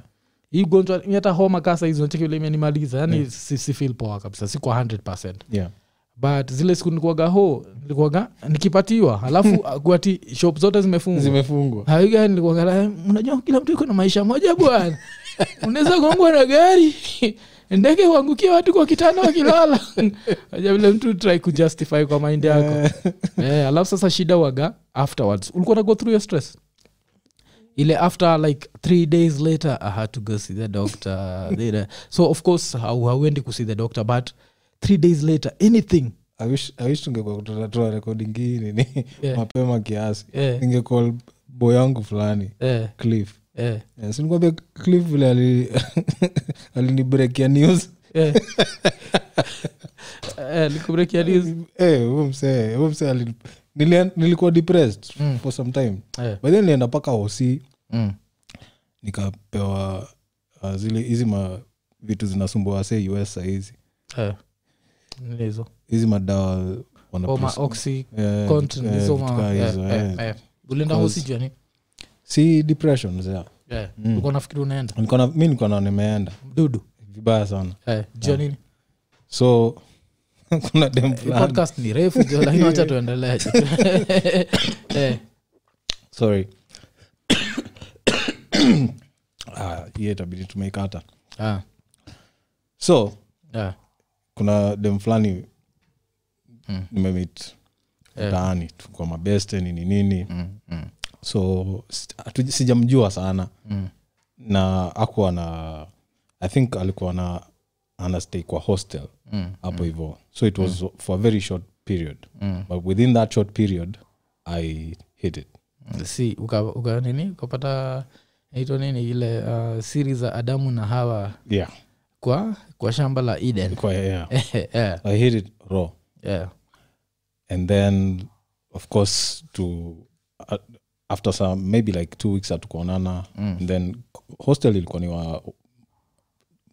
[SPEAKER 1] hii ugonjwa ni hata homa kasa hizo nacheki vile imenimaliza yaani si, si feel poa kabisa si kwa 100
[SPEAKER 2] Yeah.
[SPEAKER 1] but zile siku nikuaga ho nilikuaga nikipatiwa alafu kuati shop zote zimefungwa
[SPEAKER 2] zimefungwa
[SPEAKER 1] haiga nilikuaga la, unajua kila mtu iko na maisha moja bwana unaweza kuongwa na gari ndege huangukia watu kwa kitanda wakilala aja vile mtu try kujustify kwa mind yako eh, alafu sasa shida waga afterwards ulikuwa na go through your stress ile after like three days later i had to go see the doctor Then, uh, so of course hau- hauendi kusee the doctor but three days later anything
[SPEAKER 2] I wish- I wish tungekuwa tutatoa rekodi ngine ni
[SPEAKER 1] Yeah.
[SPEAKER 2] mapema kiasi
[SPEAKER 1] Yeah.
[SPEAKER 2] ningekol boy wangu fulani
[SPEAKER 1] eh,
[SPEAKER 2] cliff
[SPEAKER 1] eh,
[SPEAKER 2] yeah, sinikwambia cliff vile ali- alinibrekia news
[SPEAKER 1] eh. Eh, nikubrekia news.
[SPEAKER 2] Eh, huyo msee huyo msee alini- nilia- nilikuwa depressed for some time
[SPEAKER 1] Eh,
[SPEAKER 2] by then nilienda mpaka hosi
[SPEAKER 1] mm,
[SPEAKER 2] nikapewa uh, zile hizi ma vitu zinasumbua se us sahizi
[SPEAKER 1] eh. Nini hizo?
[SPEAKER 2] hizi madawa wana
[SPEAKER 1] Homa,
[SPEAKER 2] pres-
[SPEAKER 1] oxy,
[SPEAKER 2] eh,
[SPEAKER 1] contin,
[SPEAKER 2] eh,
[SPEAKER 1] oh, hizo
[SPEAKER 2] vitu
[SPEAKER 1] ma-
[SPEAKER 2] kaa
[SPEAKER 1] eh,
[SPEAKER 2] hizo,
[SPEAKER 1] eh,
[SPEAKER 2] eh.
[SPEAKER 1] eh. ulienda
[SPEAKER 2] Because-
[SPEAKER 1] hosi juu ya nini?
[SPEAKER 2] si depressions yeah.
[SPEAKER 1] Eh, ulikuwa nafikiri unaenda
[SPEAKER 2] Nilikuwa na- mi nilikuwa na nimeenda
[SPEAKER 1] mdudu
[SPEAKER 2] vibaya sana
[SPEAKER 1] Eh, juu ya nini
[SPEAKER 2] so kuna dem
[SPEAKER 1] Hii
[SPEAKER 2] fulani
[SPEAKER 1] podcast ni refu jo, lakini wacha tuendelee Eh,
[SPEAKER 2] sorry Ah, hiyo itabidi tumeikata
[SPEAKER 1] ah,
[SPEAKER 2] so
[SPEAKER 1] ah,
[SPEAKER 2] kuna dem fulani
[SPEAKER 1] Mm.
[SPEAKER 2] nimemit
[SPEAKER 1] Eh.
[SPEAKER 2] mtaani tu kwa mabeste nini nini
[SPEAKER 1] mm, mm,
[SPEAKER 2] so s- hatu- sijamjua sana
[SPEAKER 1] mm.
[SPEAKER 2] na akuwa na i think alikuwa na anastay kwa hostel
[SPEAKER 1] Mm,
[SPEAKER 2] hapo hivo so it was for a very short period
[SPEAKER 1] Mm.
[SPEAKER 2] but within that short period i hit it
[SPEAKER 1] si uka, uka nini ukapata naitwa nini ile uh, siri za adamu na hawa
[SPEAKER 2] yeah
[SPEAKER 1] kwa kwa shamba la eden Eh,
[SPEAKER 2] kwa yeah
[SPEAKER 1] yeah,
[SPEAKER 2] i hit it raw
[SPEAKER 1] yeah.
[SPEAKER 2] and then of course to uh, after some maybe like two weeks hatukuonana mm. and then hostel ilikuwa ni wa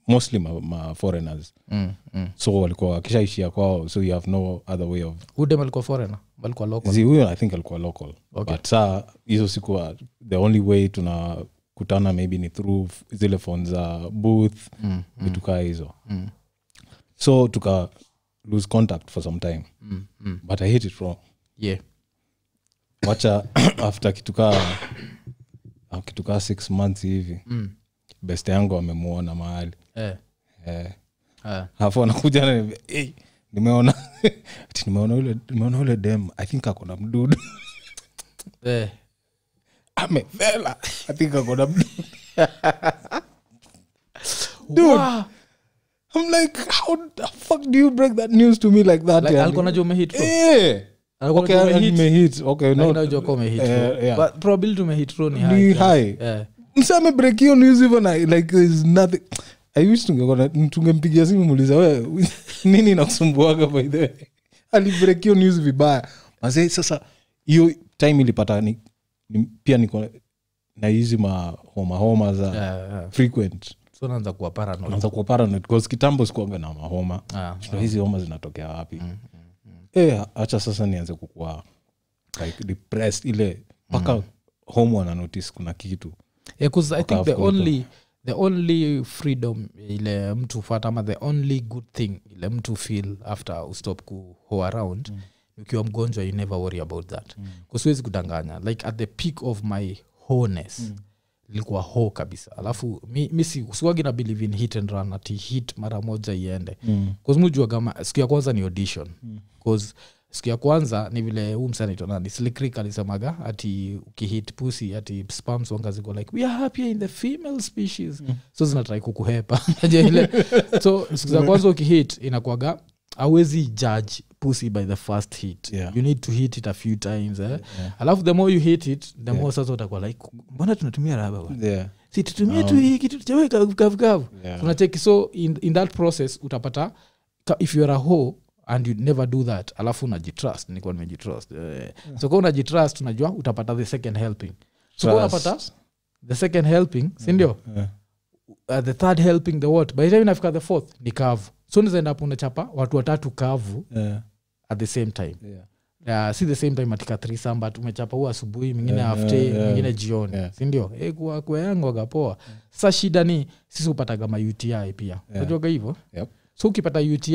[SPEAKER 2] mostly ma, ma foreigners
[SPEAKER 1] Mm, mm.
[SPEAKER 2] so walikuwa wakishaishia kwao so you have no other way of
[SPEAKER 1] udem alikuwa forena balikuwa local
[SPEAKER 2] zi huyo i think alikuwa local
[SPEAKER 1] Okay.
[SPEAKER 2] but saa hizo siku wa- the only way tunakutana maybe ni through f- zile phone za booth
[SPEAKER 1] Mm,
[SPEAKER 2] vitu kaa hizo
[SPEAKER 1] Mm.
[SPEAKER 2] so tuka lose contact for some time
[SPEAKER 1] mm, mm.
[SPEAKER 2] but i hate it wrong
[SPEAKER 1] yeah.
[SPEAKER 2] wacha after kitukaa kitukaa six months hivi
[SPEAKER 1] mm.
[SPEAKER 2] best yangu amemuona mahali
[SPEAKER 1] eh.
[SPEAKER 2] eh,
[SPEAKER 1] ah.
[SPEAKER 2] alafu anakuja ananiambia, "Hey, nimeona ati nimeona ule nimeona ule dem i think akona mdudu
[SPEAKER 1] eh.
[SPEAKER 2] amevela i think akona mdudu
[SPEAKER 1] Wow.
[SPEAKER 2] i'm like how the fuck do you break that news to me like that
[SPEAKER 1] Like,
[SPEAKER 2] yani?"
[SPEAKER 1] alikuwa najua umehit bro.
[SPEAKER 2] Eh,
[SPEAKER 1] Alikuwa
[SPEAKER 2] okay,
[SPEAKER 1] najua umehit,
[SPEAKER 2] nimehit okay
[SPEAKER 1] lakini
[SPEAKER 2] no
[SPEAKER 1] najua kuwa umehit bro.
[SPEAKER 2] eh, yeah.
[SPEAKER 1] But probability umehit bro ni high
[SPEAKER 2] ni
[SPEAKER 1] kiasi.
[SPEAKER 2] high
[SPEAKER 1] Eh.
[SPEAKER 2] msa amebreak hiyo news hivyo na like there's nothing i wish tungekona tungempigia simu muuliza we nini inakusumbuaga by the way alibreak hiyo news vibaya mazee sasa hiyo time ilipata ni, ni, pia niko na hizi mahoma homa za
[SPEAKER 1] Eh, eh.
[SPEAKER 2] frequent
[SPEAKER 1] so naanza kuwa paranoid
[SPEAKER 2] naanza kuwa paranoid because kitambo sikuanga na mahoma
[SPEAKER 1] Ah,
[SPEAKER 2] Sijui hizi homa zinatokea wapi Eh, acha sasa nianze kukua like depressed ile mpaka home wananotice kuna kitu
[SPEAKER 1] yeah, 'cause i think the
[SPEAKER 2] after
[SPEAKER 1] only the only freedom ile mtu hufata ama the only good thing ile mtu feel after ustop ku ho around mm. ukiwa mgonjwa you never worry about that mm. kusiwezi kudanganya like at the peak of my wholeness mm ilikuwa ho kabisa alafu mi, mi si- sikuwagi na believe in hit and run ati hit mara moja iende mm. mujua kama siku ya kwanza ni audition mm. siku ya kwanza ni vile huu msanaitwa nani slikrik alisemaga ati ukihit pusi ati spams wanga ziko like we are happier in the female species mm. so zinatrai kukuhepa Unajua ile so siku za kwanza ukihit inakuaga awezi judge pussy by the first hit
[SPEAKER 2] Yeah.
[SPEAKER 1] you need to hit it a few times eh? alafu the more you hit it the more sasa utakuwa like mbona tunatumia raba bwana?
[SPEAKER 2] Yeah.
[SPEAKER 1] si tutumie tu hii kitu tuchawe kavukavukavu
[SPEAKER 2] Yeah.
[SPEAKER 1] unacheki so in, in that process utapata ka- if youare a ho and you never do that alafu unajitrust nikuwa nimejitrust eh. so ka unajitrust unajua utapata the second helping so ka
[SPEAKER 2] Trust. Eh,
[SPEAKER 1] unapata the second helping sindio
[SPEAKER 2] Yeah.
[SPEAKER 1] uh, the third helping the what by the time inafika the fourth ni kavu so nizaendapo unachapa watu watatu kavu
[SPEAKER 2] Yeah.
[SPEAKER 1] at the same time
[SPEAKER 2] eh, Yeah.
[SPEAKER 1] uh, si the same time atika trisamba tumechapa huu asubuhi mwingine
[SPEAKER 2] Yeah,
[SPEAKER 1] after
[SPEAKER 2] yeah.
[SPEAKER 1] mwingine jioni
[SPEAKER 2] Yeah.
[SPEAKER 1] sindio e, kuwa, kuwa yangu wagapoa sa shida ni sisi hupataga mauti pia unajuaga hivyo
[SPEAKER 2] Yep.
[SPEAKER 1] so ukipata uti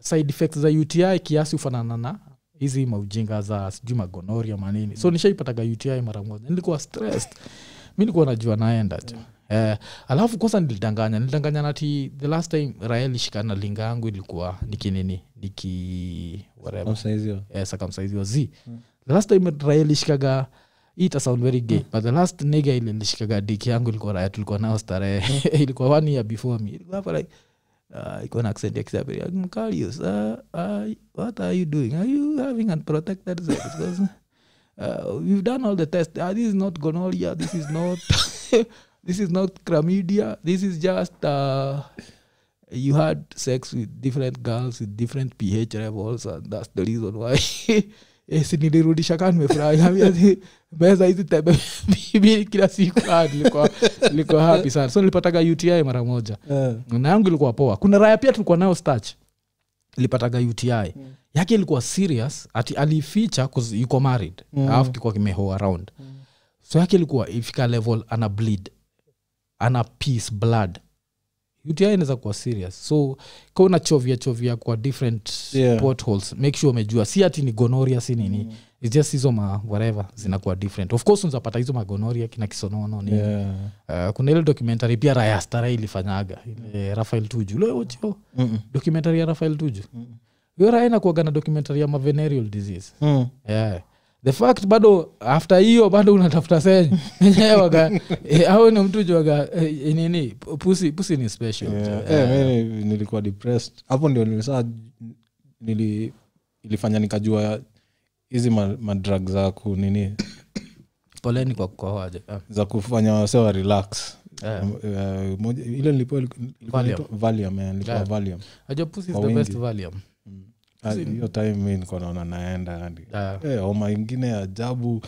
[SPEAKER 1] side effects za uti kiasi hufanana na hizi maujinga za sijui magonoria manini so nishaipataga uti mara moja nilikuwa stressed mi nilikuwa najua naenda tu Eh, alafu kwanza nilidanganya nilidanganya nati the last time rael ishikana linga yangu ilikuwa nikinini niki whatever
[SPEAKER 2] Au saizi hiyo?
[SPEAKER 1] eh, circumcisiwa z the last time raya ilishikaga ita sound very gay but the last nigga ile ilishikaga diki yangu ilikuwa raya tulikuwa nao starehe ilikuwa one year before me ilikuwa hapa like Uh, iko na accent ya Kisabiri. Like, Mkalius, uh, uh, what are you doing? Are you having unprotected sex? Because, uh, we've done all the tests. Uh, this is not gonorrhea. This is not. this is not chlamydia. This is just uh, you had sex with different girls with different ph levels and that's the reason why Eh, si nilirudisha kaa nimefurahi Ambia zi- meza hizi tembe mbili kila siku Ah, nilikuwa- nilikuwa happy sana so nilipataga uti mara moja
[SPEAKER 2] Eh,
[SPEAKER 1] Mm. na yangu ilikuwa poa kuna raya pia tulikuwa nayo stach ilipataga uti yake ilikuwa serious ati alificha 'cause yuko married alafu kikuwa kimeho around so yake ilikuwa ifika level ana bleed ana piece blood uti inaweza kuwa serious so ka una chovya chovya kwa different
[SPEAKER 2] Yeah.
[SPEAKER 1] potholes make sure umejua si ati ni gonoria si nini mm. It's just hizo ma whatever zinakuwa different of course unzapata hizo magonoria kina kisonono nini
[SPEAKER 2] Yeah.
[SPEAKER 1] Uh, kuna ile documentary pia raya stara ilifanyaga ile rafael tuju leocho
[SPEAKER 2] Mm,
[SPEAKER 1] documentary ya rafael tuju hiyo raya inakuaga na documentary ya mavenerial disease
[SPEAKER 2] Mm.
[SPEAKER 1] yeah. the fact bado after hiyo bado unatafuta senyu enyewaga au eh, ni mtu juaga eh, nini pusi, pusi ni special
[SPEAKER 2] Yeah.
[SPEAKER 1] Eh,
[SPEAKER 2] Eh, mimi nilikuwa depressed hapo ndio nilisaa nili, ilifanya nikajua hizi ma- madrug za ku nini
[SPEAKER 1] poleni kwa kukohoaje Ah,
[SPEAKER 2] za kufanya wasewa relax
[SPEAKER 1] Eh.
[SPEAKER 2] Um, eh, moja- ile nilipewa iliku- ilikuwa
[SPEAKER 1] Valium.
[SPEAKER 2] inaitwa- Valium, eh, nilipewa
[SPEAKER 1] Yeah.
[SPEAKER 2] Valium.
[SPEAKER 1] najua pusi is
[SPEAKER 2] Kwa
[SPEAKER 1] the best
[SPEAKER 2] wingi.
[SPEAKER 1] valium
[SPEAKER 2] Ah, hiyo time mi nilikuwa naona naenda hadi.
[SPEAKER 1] Yeah.
[SPEAKER 2] Eh, homa ingine ya ajabu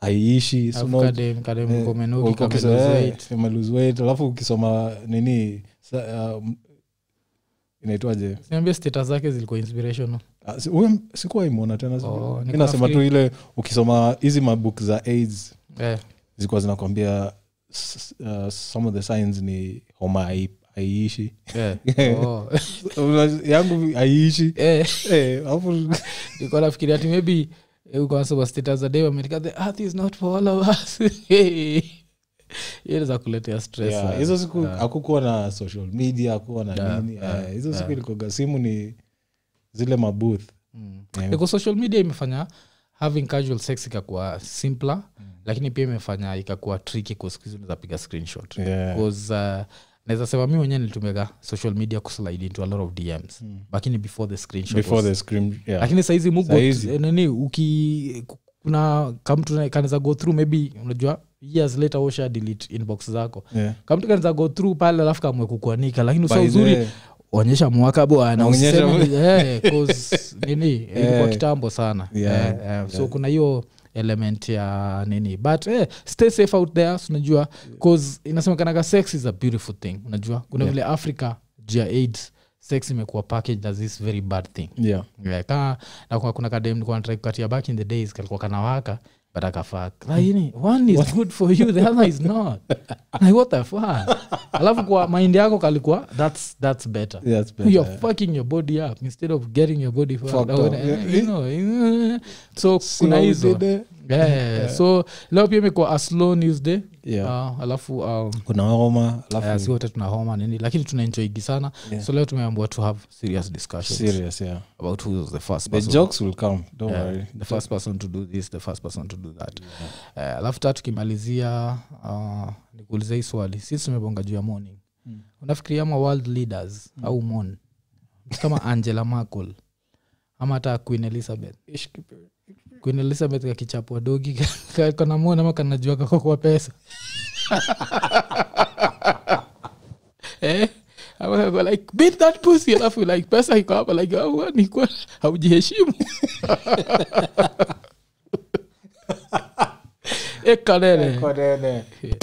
[SPEAKER 2] haiishi so no-
[SPEAKER 1] kadem kadem
[SPEAKER 2] Eh,
[SPEAKER 1] komenuki
[SPEAKER 2] ulikuwa ukisoma-
[SPEAKER 1] kamelose
[SPEAKER 2] eh,
[SPEAKER 1] weight
[SPEAKER 2] kamelose weight, alafu ukisoma nini sa- um, inaitwaje
[SPEAKER 1] niambia status zake zilikuwa inspirational
[SPEAKER 2] Ah, si- huyo m- sikuwa imwona tena
[SPEAKER 1] Oh,
[SPEAKER 2] sikuwa-
[SPEAKER 1] nilikuwa
[SPEAKER 2] mi nasema tu
[SPEAKER 1] nafikiri-
[SPEAKER 2] ile ukisoma hizi mabuk za aids
[SPEAKER 1] eh.
[SPEAKER 2] zilikuwa zinakwambia s- uh, some of the signs ni homa hai- haiishi
[SPEAKER 1] Eh. Oh.
[SPEAKER 2] yangu haiishi
[SPEAKER 1] Eh.
[SPEAKER 2] Eh, alafu
[SPEAKER 1] nilikuwa nafikiria ati maybe eh, uko nasoma status za day america the earth is not for all of us inaweza kuletea stress
[SPEAKER 2] Yeah,
[SPEAKER 1] sana.
[SPEAKER 2] hizo siku hakukuwa na social media hakuwa na
[SPEAKER 1] Yeah,
[SPEAKER 2] nini
[SPEAKER 1] yeah,
[SPEAKER 2] eh, hizo siku ilikoga simu ni zile mabooth
[SPEAKER 1] Mm.
[SPEAKER 2] Yeah.
[SPEAKER 1] Because social media imefanya having casual sex ikakuwa simpler
[SPEAKER 2] Mm.
[SPEAKER 1] lakini pia imefanya ikakuwa triki kuskuhizi unaweza piga screenshot
[SPEAKER 2] Yeah.
[SPEAKER 1] Because, uh, naweza sema mi mwenyewe nilitumiaga social media kuslide into a lot of dms lakini before the screenshot was
[SPEAKER 2] Mm. before the scream yeah.
[SPEAKER 1] lakini saizi Mungu,
[SPEAKER 2] Saizi.
[SPEAKER 1] eh, nini uki kuna kamtu kanaweza go through maybe unajua years later washa delete inbox zako
[SPEAKER 2] Yeah.
[SPEAKER 1] kamtu kanaweza go through pale alafu kamwe kukuanika lakini usa
[SPEAKER 2] By
[SPEAKER 1] uzuri
[SPEAKER 2] the-
[SPEAKER 1] onyesha mwaka bwana
[SPEAKER 2] Onyesha
[SPEAKER 1] usiseme
[SPEAKER 2] mw-
[SPEAKER 1] ni- eh, 'cause nini ilikuwa
[SPEAKER 2] Eh.
[SPEAKER 1] kitambo sana
[SPEAKER 2] Yeah,
[SPEAKER 1] eh, eh, so kuna hiyo element ya nini but eh, stay safe out there so unajua cause inasemekanaga sex is a beautiful thing unajua kuna vile africa juu ya aids sex imekuwa packaged as this very bad thing
[SPEAKER 2] yeah.
[SPEAKER 1] Yeah, ka na kuna- kuna kadem nilikuwa natrai kukatia back in the days kalikuwa kanawaka but akafak lakini one is good for you the other is not like what the fuck alafu kwa mind yako kalikuwa that's that's better
[SPEAKER 2] Yeah, it's
[SPEAKER 1] you're
[SPEAKER 2] better.
[SPEAKER 1] fucking your body up instead of getting your body fucked
[SPEAKER 2] Fucked
[SPEAKER 1] up.
[SPEAKER 2] up.
[SPEAKER 1] Eh, you know, eh, so
[SPEAKER 2] See
[SPEAKER 1] kuna
[SPEAKER 2] how we
[SPEAKER 1] hizo
[SPEAKER 2] did it?
[SPEAKER 1] yeah, so leo pia imekuwa a slow news day
[SPEAKER 2] Yeah.
[SPEAKER 1] uh, alafu um,
[SPEAKER 2] kuna homa alafu
[SPEAKER 1] eh, si wote tuna homa nini lakini tunaenjoigi sana
[SPEAKER 2] Yeah.
[SPEAKER 1] so leo tumeambiwa to have serious discussions
[SPEAKER 2] serious yeah
[SPEAKER 1] about who was the first
[SPEAKER 2] the
[SPEAKER 1] person
[SPEAKER 2] jokes will come don't
[SPEAKER 1] Yeah,
[SPEAKER 2] worry
[SPEAKER 1] the first person to do this the first person to do that Eh, alafu ta tukimalizia uh, nikuulize hii swali sisi tumebonga juu ya morning unafikiria ama world leaders au mon kama angela markle ama hata queen elizabeth queen elizabeth kakichapwa dogi kanamwona ama kanajua kako kwa pesa eh? Ama kako like beat that pussy alafu like pesa iko hapa like "Ah, nikuwa haujiheshimu eh, kanene Eh,
[SPEAKER 2] Konene.
[SPEAKER 1] Yeah.